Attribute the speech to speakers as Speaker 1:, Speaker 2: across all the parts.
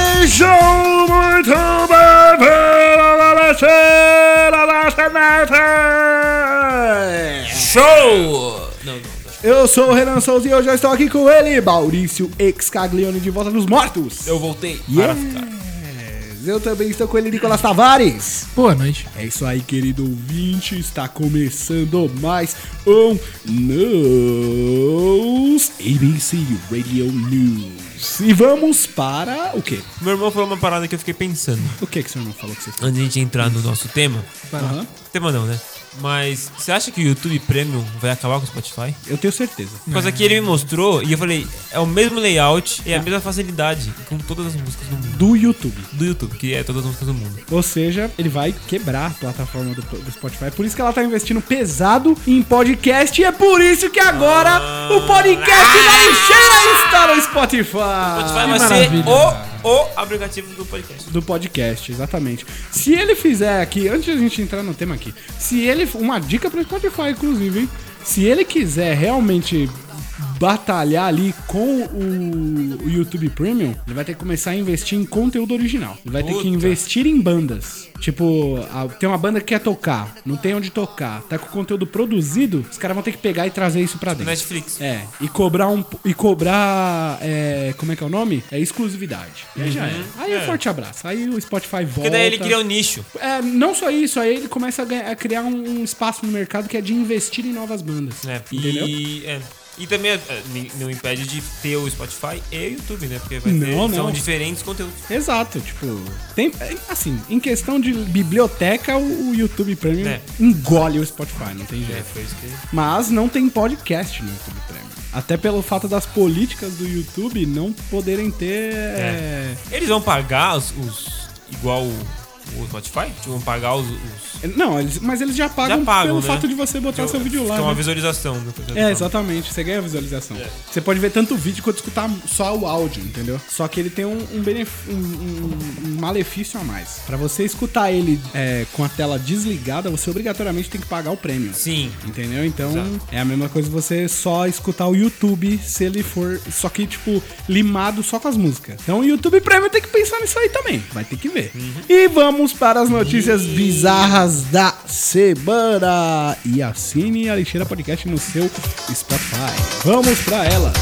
Speaker 1: Sejam muito bem-vindos à nossa neta!
Speaker 2: Show! Não, não.
Speaker 1: Eu sou o Renan Souza e eu já estou aqui com ele, Maurício Excaglione de Volta dos Mortos.
Speaker 2: Eu voltei
Speaker 1: Yes.
Speaker 2: para ficar.
Speaker 1: Eu também estou com ele, Nicolas Tavares.
Speaker 3: Boa noite.
Speaker 1: É isso aí, querido ouvinte. Está começando mais um News ABC Radio News. E vamos para o quê?
Speaker 2: Meu irmão falou uma parada que eu fiquei pensando.
Speaker 1: O que, que seu irmão falou que você fez?
Speaker 2: Antes de a gente entrar no nosso tema.
Speaker 1: Aham.
Speaker 2: Tema não, né? Mas você acha que o YouTube Premium vai acabar com o Spotify?
Speaker 1: Eu tenho certeza.
Speaker 2: Por causa que ele me mostrou e eu falei, é o mesmo layout
Speaker 1: É.
Speaker 2: e a mesma facilidade com todas as músicas do mundo.
Speaker 1: Do YouTube.
Speaker 2: Do YouTube, que é todas as músicas do mundo.
Speaker 1: Ou seja, ele vai quebrar a plataforma do, do Spotify. Por isso que ela tá investindo pesado em podcast. E é por isso que agora o podcast vai encher a está no Spotify.
Speaker 2: Ah!
Speaker 1: Ah,
Speaker 2: Spotify vai ser
Speaker 3: maravilha.
Speaker 2: o, o aplicativo do podcast.
Speaker 1: do podcast, exatamente. Se ele fizer aqui, antes de a gente entrar no tema aqui, se ele. Uma dica pro Spotify, inclusive, hein? Se ele quiser realmente batalhar ali com o, o YouTube Premium, ele vai ter que começar a investir em conteúdo original. Ele vai ter que
Speaker 2: Puta.
Speaker 1: investir em bandas. Tipo, a- tem uma banda que quer tocar, não tem onde tocar, tá com conteúdo produzido, os caras vão ter que pegar e trazer isso pra dentro.
Speaker 2: Tipo Netflix.
Speaker 1: É, e cobrar um. E cobrar. é, como é que é o nome? É exclusividade. E aí já é. Aí é.
Speaker 2: É.
Speaker 1: forte abraço. Aí o Spotify volta.
Speaker 2: Porque daí ele cria um nicho.
Speaker 1: É, não só isso, aí ele começa a, ganhar- a criar um, um espaço no mercado que é de investir em novas bandas.
Speaker 2: né?
Speaker 1: Entendeu?
Speaker 2: E, é. E também é, ni- não impede de ter o Spotify e o YouTube, né? Porque vai ter,
Speaker 1: Não, não.
Speaker 2: são diferentes conteúdos.
Speaker 1: Exato, tipo, tem assim, em questão de biblioteca, o o YouTube Premium
Speaker 2: É.
Speaker 1: engole o Spotify, não tem
Speaker 2: É,
Speaker 1: jeito.
Speaker 2: foi isso que.
Speaker 1: Mas não tem podcast no YouTube Premium. Até pelo fato das políticas do YouTube não poderem ter é,
Speaker 2: Eles vão pagar os. os- igual o, o Spotify? Tipo, vão pagar os. os
Speaker 1: Não, eles- mas eles já pagam,
Speaker 2: Já pagam,
Speaker 1: pelo
Speaker 2: né?
Speaker 1: fato de você botar seu vídeo lá.
Speaker 2: que é uma
Speaker 1: né?
Speaker 2: visualização. É. né?
Speaker 1: É, exatamente, você ganha visualização. Você pode ver tanto o vídeo quanto escutar só o áudio, entendeu? Só que ele tem um, um, benef- um- um- um malefício a mais. Pra você escutar ele é, com a tela desligada, você obrigatoriamente tem que pagar o prêmio.
Speaker 2: Sim.
Speaker 1: Entendeu? Então
Speaker 2: Exato.
Speaker 1: é a mesma coisa você só escutar o YouTube se ele for. Só que, tipo, limado só com as músicas. Então o YouTube Premium tem que pensar nisso aí também. Vai ter que ver.
Speaker 2: Uhum.
Speaker 1: E vamos para as notícias bizarras da semana. E assine a lixeira podcast no seu Spotify. Vamos para elas.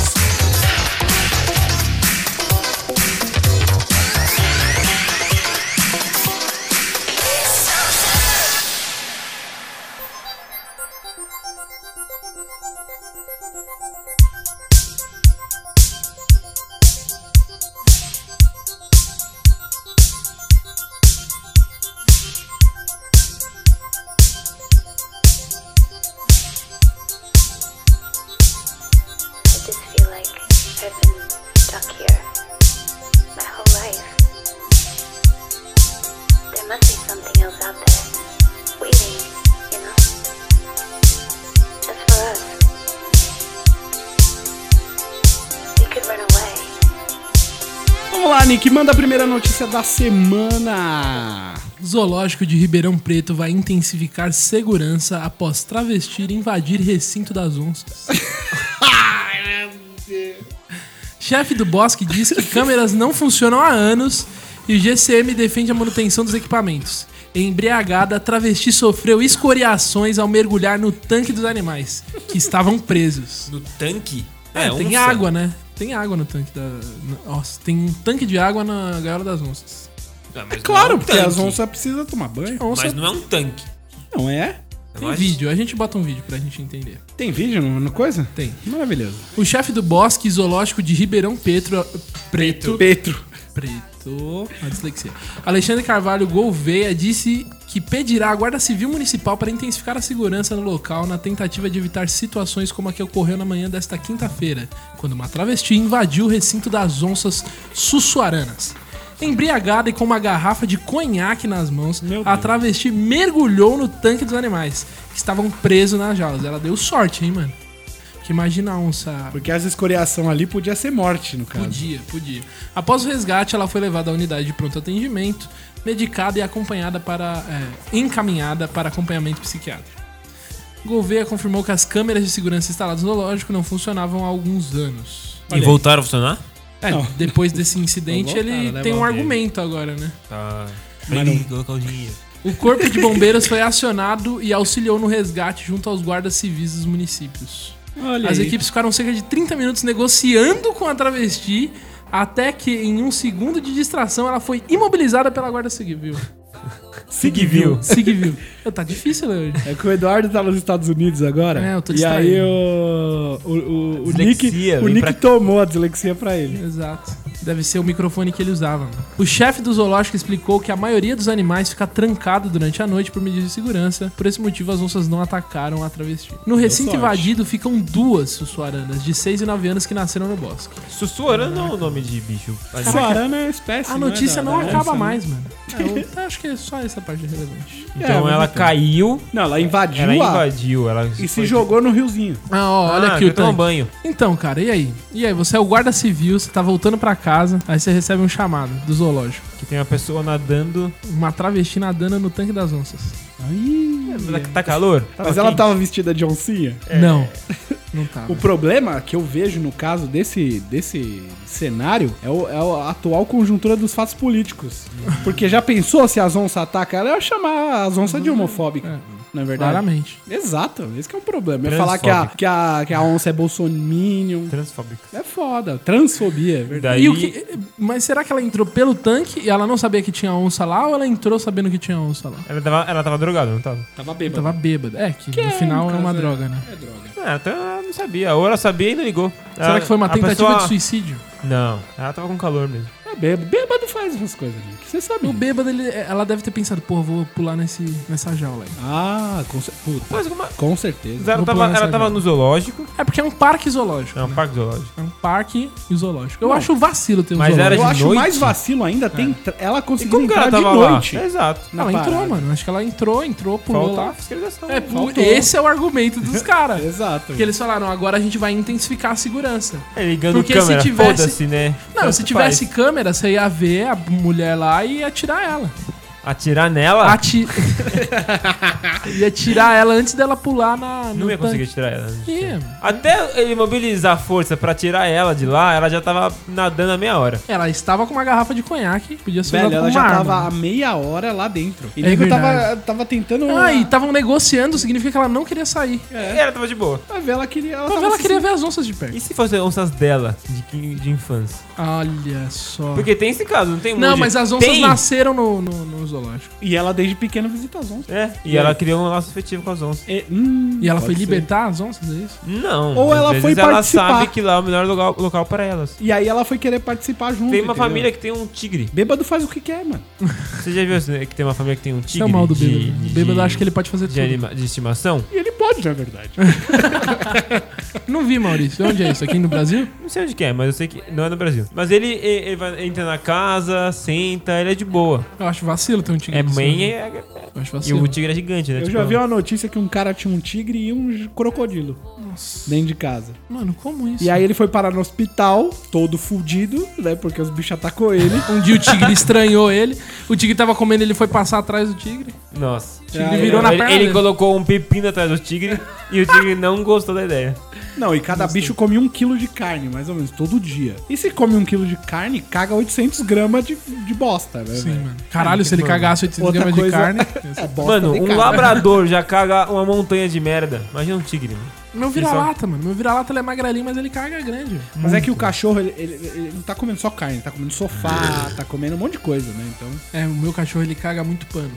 Speaker 4: I just feel like I've been stuck here my whole life. There must be something else out there, waiting, you know? Just for us. We could run away.
Speaker 1: Vamos lá, Nick, manda a primeira notícia da semana.
Speaker 3: Zoológico de Ribeirão Preto vai intensificar segurança após travesti invadir recinto das onças. Chefe do bosque diz que câmeras não funcionam há anos e GCM defende a manutenção dos equipamentos. Embriagada, a travesti sofreu escoriações ao mergulhar no tanque dos animais, que estavam presos.
Speaker 2: No tanque? um
Speaker 3: É, tem
Speaker 2: onça.
Speaker 3: água, né? Tem água no tanque da. na- Nossa, tem um tanque de água na gaiola das onças.
Speaker 2: Ah, mas
Speaker 1: né? Claro,
Speaker 2: não é um
Speaker 1: porque as
Speaker 2: tanque.
Speaker 1: onças precisam tomar banho.
Speaker 3: A onça
Speaker 2: Mas não é um tanque.
Speaker 1: Não é?
Speaker 2: Eu
Speaker 3: tem
Speaker 2: acho-
Speaker 3: vídeo, a gente bota um vídeo pra gente entender.
Speaker 1: Tem vídeo no, no coisa?
Speaker 3: Tem.
Speaker 1: Maravilhoso.
Speaker 3: O chefe do bosque zoológico de Ribeirão Petro, Preto.
Speaker 1: Petro.
Speaker 3: Preto. A dislexia. Alexandre Carvalho Gouveia disse que pedirá à Guarda Civil Municipal para intensificar a segurança no local na tentativa de evitar situações como a que ocorreu na manhã desta quinta-feira, quando uma travesti invadiu o recinto das onças sussuaranas. Embriagada e com uma garrafa de conhaque nas mãos, a travesti mergulhou no tanque dos animais, que estavam presos nas jaulas. Ela deu sorte, hein, mano? Porque imagina a onça
Speaker 1: Porque essa escoriação ali podia ser morte, no caso.
Speaker 3: Podia, podia. Após o resgate, ela foi levada à unidade de pronto atendimento, medicada e acompanhada para. é, encaminhada para acompanhamento psiquiátrico. Gouveia confirmou que as câmeras de segurança instaladas no zoológico não funcionavam há alguns anos.
Speaker 2: E voltaram a funcionar?
Speaker 3: É,
Speaker 1: Não.
Speaker 3: depois desse incidente,
Speaker 2: Vou voltar,
Speaker 3: ele
Speaker 2: leva
Speaker 3: tem um
Speaker 2: alguém.
Speaker 3: argumento agora, né?
Speaker 2: Tá.
Speaker 1: Mas
Speaker 2: Ele colocar o dinheiro.
Speaker 3: O corpo de bombeiros foi acionado e auxiliou no resgate junto aos guardas civis dos municípios.
Speaker 1: Olha
Speaker 3: As
Speaker 1: aí.
Speaker 3: equipes ficaram cerca de 30 minutos negociando com a travesti até que, em um segundo de distração, ela foi imobilizada pela guarda civil.
Speaker 2: Seguiviu.
Speaker 3: Civil. Ô, tá difícil, Leandro.
Speaker 1: É que o Eduardo tá nos Estados Unidos agora.
Speaker 3: É, eu tô
Speaker 1: E aí
Speaker 3: distraído.
Speaker 1: o, o, o, o Nick,
Speaker 2: Dislexia,
Speaker 1: o
Speaker 2: vem
Speaker 1: Nick
Speaker 2: pra-
Speaker 1: tomou a dislexia pra ele.
Speaker 3: Exato. Deve ser o microfone que ele usava. Mano. O chefe do zoológico explicou que a maioria dos animais fica trancado durante a noite por medidas de segurança. Por esse motivo, as onças não atacaram a travesti. No recinto
Speaker 1: sorte.
Speaker 3: invadido ficam duas sussuaranas de 6 e 9 anos que nasceram no bosque.
Speaker 2: Sussuara não é o nome de bicho. Mas-
Speaker 1: Suarana é espécie.
Speaker 3: A notícia
Speaker 1: Da-
Speaker 3: não
Speaker 1: da
Speaker 3: acaba
Speaker 1: onça, né?
Speaker 3: mais, mano. É, eu acho que é só essa parte relevante.
Speaker 2: Então
Speaker 1: mas
Speaker 2: ela
Speaker 1: então.
Speaker 2: caiu,
Speaker 1: Não, ela invadiu
Speaker 2: ela
Speaker 1: a-
Speaker 2: invadiu, ela
Speaker 1: e se jogou no riozinho.
Speaker 3: Ah, ó, olha aqui
Speaker 2: eu
Speaker 3: o
Speaker 2: tomo
Speaker 3: tanque.
Speaker 2: um banho.
Speaker 3: Então, cara, e aí? E aí, você é o guarda civil, você tá voltando pra casa, aí você recebe um chamado do zoológico.
Speaker 2: Que tem uma pessoa nadando.
Speaker 3: Uma travesti nadando no tanque das onças.
Speaker 2: Tá, tá calor?
Speaker 1: Mas ela tava vestida de oncinha.
Speaker 3: Não. Não tá. tava.
Speaker 1: O problema que eu vejo no caso desse, desse cenário é, o- é a atual conjuntura dos fatos políticos. Porque já pensou se as onças atacam ela? Eu ia chamar as onças de homofóbica,
Speaker 2: É.
Speaker 1: na verdade.
Speaker 3: Claramente.
Speaker 1: Exato, esse que é o problema. É falar que a,
Speaker 2: Transfóbica.
Speaker 1: que, a, que a onça é bolsominion.
Speaker 2: Transfóbica.
Speaker 1: É foda. Transfobia, é verdade.
Speaker 2: Daí,
Speaker 3: E o que, mas será que ela entrou pelo tanque e ela não sabia que tinha onça lá ou ela entrou sabendo que tinha onça lá?
Speaker 2: ela, tava, ela tava drogada, não tava?
Speaker 1: Tava
Speaker 3: Ela
Speaker 1: bêbado.
Speaker 3: tava bêbada. É, que, no final é uma droga, né?
Speaker 1: É droga.
Speaker 2: Ah, então ela não sabia. Ou ela sabia e não ligou.
Speaker 3: Será que foi uma tentativa de
Speaker 2: suicídio?
Speaker 3: suicídio?
Speaker 2: Não, ela tava com calor mesmo.
Speaker 1: É bêbado. Bêbado faz essas coisas, gente. Você sabe.
Speaker 3: O bêbado, ele- ela deve ter pensado, pô, vou pular nesse, nessa jaula aí.
Speaker 1: Ah, com, cer- puta,
Speaker 2: Mas alguma-
Speaker 1: com certeza.
Speaker 2: Ela
Speaker 3: Vou
Speaker 2: tava,
Speaker 3: pular nessa
Speaker 2: ela tava
Speaker 3: jaula.
Speaker 2: no zoológico.
Speaker 3: É porque é um parque zoológico.
Speaker 2: É um parque zoológico.
Speaker 3: É um parque e zoológico. Eu acho vacilo ter um
Speaker 2: Mas
Speaker 3: zoológico.
Speaker 2: era
Speaker 1: Eu
Speaker 2: de
Speaker 1: acho
Speaker 2: noite? É.
Speaker 1: mais vacilo ainda, tem tra- ela
Speaker 2: E
Speaker 1: conseguiu
Speaker 2: como que ela
Speaker 1: entrar de
Speaker 2: tava
Speaker 1: noite.
Speaker 2: lá? É, Exato.
Speaker 1: na
Speaker 3: Não, ela entrou,
Speaker 1: parada.
Speaker 3: mano. Acho que ela entrou, entrou, pulou
Speaker 2: Falta a
Speaker 3: lá.
Speaker 2: fiscalização.
Speaker 3: É, pu-
Speaker 1: faltou.
Speaker 3: esse é o argumento dos caras.
Speaker 1: Exato.
Speaker 3: Porque eles falaram, agora a gente vai intensificar a segurança.
Speaker 2: É, ligando
Speaker 3: Porque se
Speaker 2: câmera,
Speaker 3: tivesse-
Speaker 2: foda-se, né?
Speaker 3: Não,
Speaker 2: Tanto
Speaker 3: se tivesse
Speaker 2: faz.
Speaker 3: câmera, você ia ver a mulher lá e ia tirar ela.
Speaker 2: Atirar nela,
Speaker 3: Ati... ia tirar ela antes dela pular na.
Speaker 2: não
Speaker 3: no
Speaker 2: ia conseguir tirar ela. né?
Speaker 3: tanque. Ia.
Speaker 2: Até ele mobilizar a força pra tirar ela de lá, ela já tava nadando a meia hora.
Speaker 3: Ela estava com uma garrafa de conhaque, podia ser
Speaker 1: Velho,
Speaker 3: usada
Speaker 1: ela
Speaker 3: como
Speaker 1: já
Speaker 3: uma
Speaker 1: tava
Speaker 3: arma.
Speaker 1: há meia hora lá dentro. E
Speaker 3: É
Speaker 1: nego tava,
Speaker 3: verdade.
Speaker 1: tava tentando.
Speaker 3: Ah, e estavam negociando, significa que ela não queria sair.
Speaker 2: E ela tava de boa.
Speaker 1: A vela queria. Ela
Speaker 3: Mas
Speaker 1: tava
Speaker 3: ela
Speaker 1: se
Speaker 3: queria ver as onças de perto.
Speaker 2: E se fossem onças dela, de, que- de infância?
Speaker 3: Olha só.
Speaker 2: Porque tem esse caso, não tem um
Speaker 3: Não,
Speaker 2: monte de-
Speaker 3: mas as onças
Speaker 2: tem.
Speaker 3: nasceram no, no, no zoológico.
Speaker 1: E ela desde pequena visita as onças.
Speaker 2: É, e ela criou um laço afetivo com as onças.
Speaker 1: É, hum,
Speaker 3: E ela foi
Speaker 1: pode ser.
Speaker 3: libertar as onças, é isso?
Speaker 2: Não.
Speaker 1: Ou
Speaker 2: às
Speaker 1: ela
Speaker 2: vezes
Speaker 1: foi
Speaker 2: ela
Speaker 1: participar.
Speaker 2: sabe que lá é o melhor lugar- local pra elas.
Speaker 1: E aí ela foi querer participar junto.
Speaker 2: Tem uma
Speaker 1: entendeu?
Speaker 2: família que tem um tigre.
Speaker 1: Bêbado faz o que quer, mano.
Speaker 2: Você já viu assim, que tem uma família que tem um tigre?
Speaker 3: Isso é o mal do
Speaker 2: de-
Speaker 3: bêbado.
Speaker 2: de-
Speaker 3: o bêbado acha que ele pode fazer
Speaker 2: de,
Speaker 3: tudo.
Speaker 2: anima- de estimação?
Speaker 1: E ele pode, na verdade.
Speaker 3: Não vi, Maurício. Onde é isso? Aqui no Brasil?
Speaker 2: Não sei onde que é, mas eu sei que não é no Brasil. Mas ele, ele ele vai, entra na casa, senta, ele é de boa.
Speaker 3: Eu acho vacilo ter um tigre.
Speaker 2: É
Speaker 3: desse,
Speaker 2: mãe
Speaker 3: né?
Speaker 2: e é,
Speaker 3: Eu acho
Speaker 2: E
Speaker 3: vacilo.
Speaker 2: o tigre é gigante, né?
Speaker 1: Eu
Speaker 2: Tipo,
Speaker 1: já vi uma notícia que um cara tinha um tigre e um j- crocodilo
Speaker 3: Nossa.
Speaker 1: dentro de casa.
Speaker 3: Mano, como isso?
Speaker 1: E aí ele foi parar no hospital, todo fudido, né? Porque os bichos atacou ele.
Speaker 3: Um dia o tigre estranhou ele. O tigre tava comendo, ele foi passar atrás do tigre.
Speaker 2: Nossa.
Speaker 1: Aí-
Speaker 3: virou na
Speaker 2: ele,
Speaker 3: perna
Speaker 2: ele
Speaker 3: dele.
Speaker 2: colocou um pepino atrás do tigre e o tigre não gostou da ideia.
Speaker 1: Não, e cada bicho come um quilo de carne, mais ou menos, todo dia. E se come um quilo de carne, caga 800 gramas de, de bosta, né?
Speaker 3: Sim,
Speaker 1: velho?
Speaker 3: mano. Caralho, se ele cagasse 800
Speaker 1: Outra
Speaker 3: gramas
Speaker 1: coisa...
Speaker 3: de carne.
Speaker 1: é bosta
Speaker 2: Mano,
Speaker 1: de
Speaker 2: um
Speaker 1: carne.
Speaker 2: labrador já caga uma montanha de merda. Imagina um tigre, mano.
Speaker 3: Meu vira-lata, mano. Meu vira-lata ele é magrelinho, mas ele caga grande.
Speaker 1: Mas é que o cachorro, ele, ele- ele não tá comendo só carne, tá comendo sofá, tá comendo um monte de coisa, né? Então,
Speaker 3: É, o meu cachorro ele caga muito pano.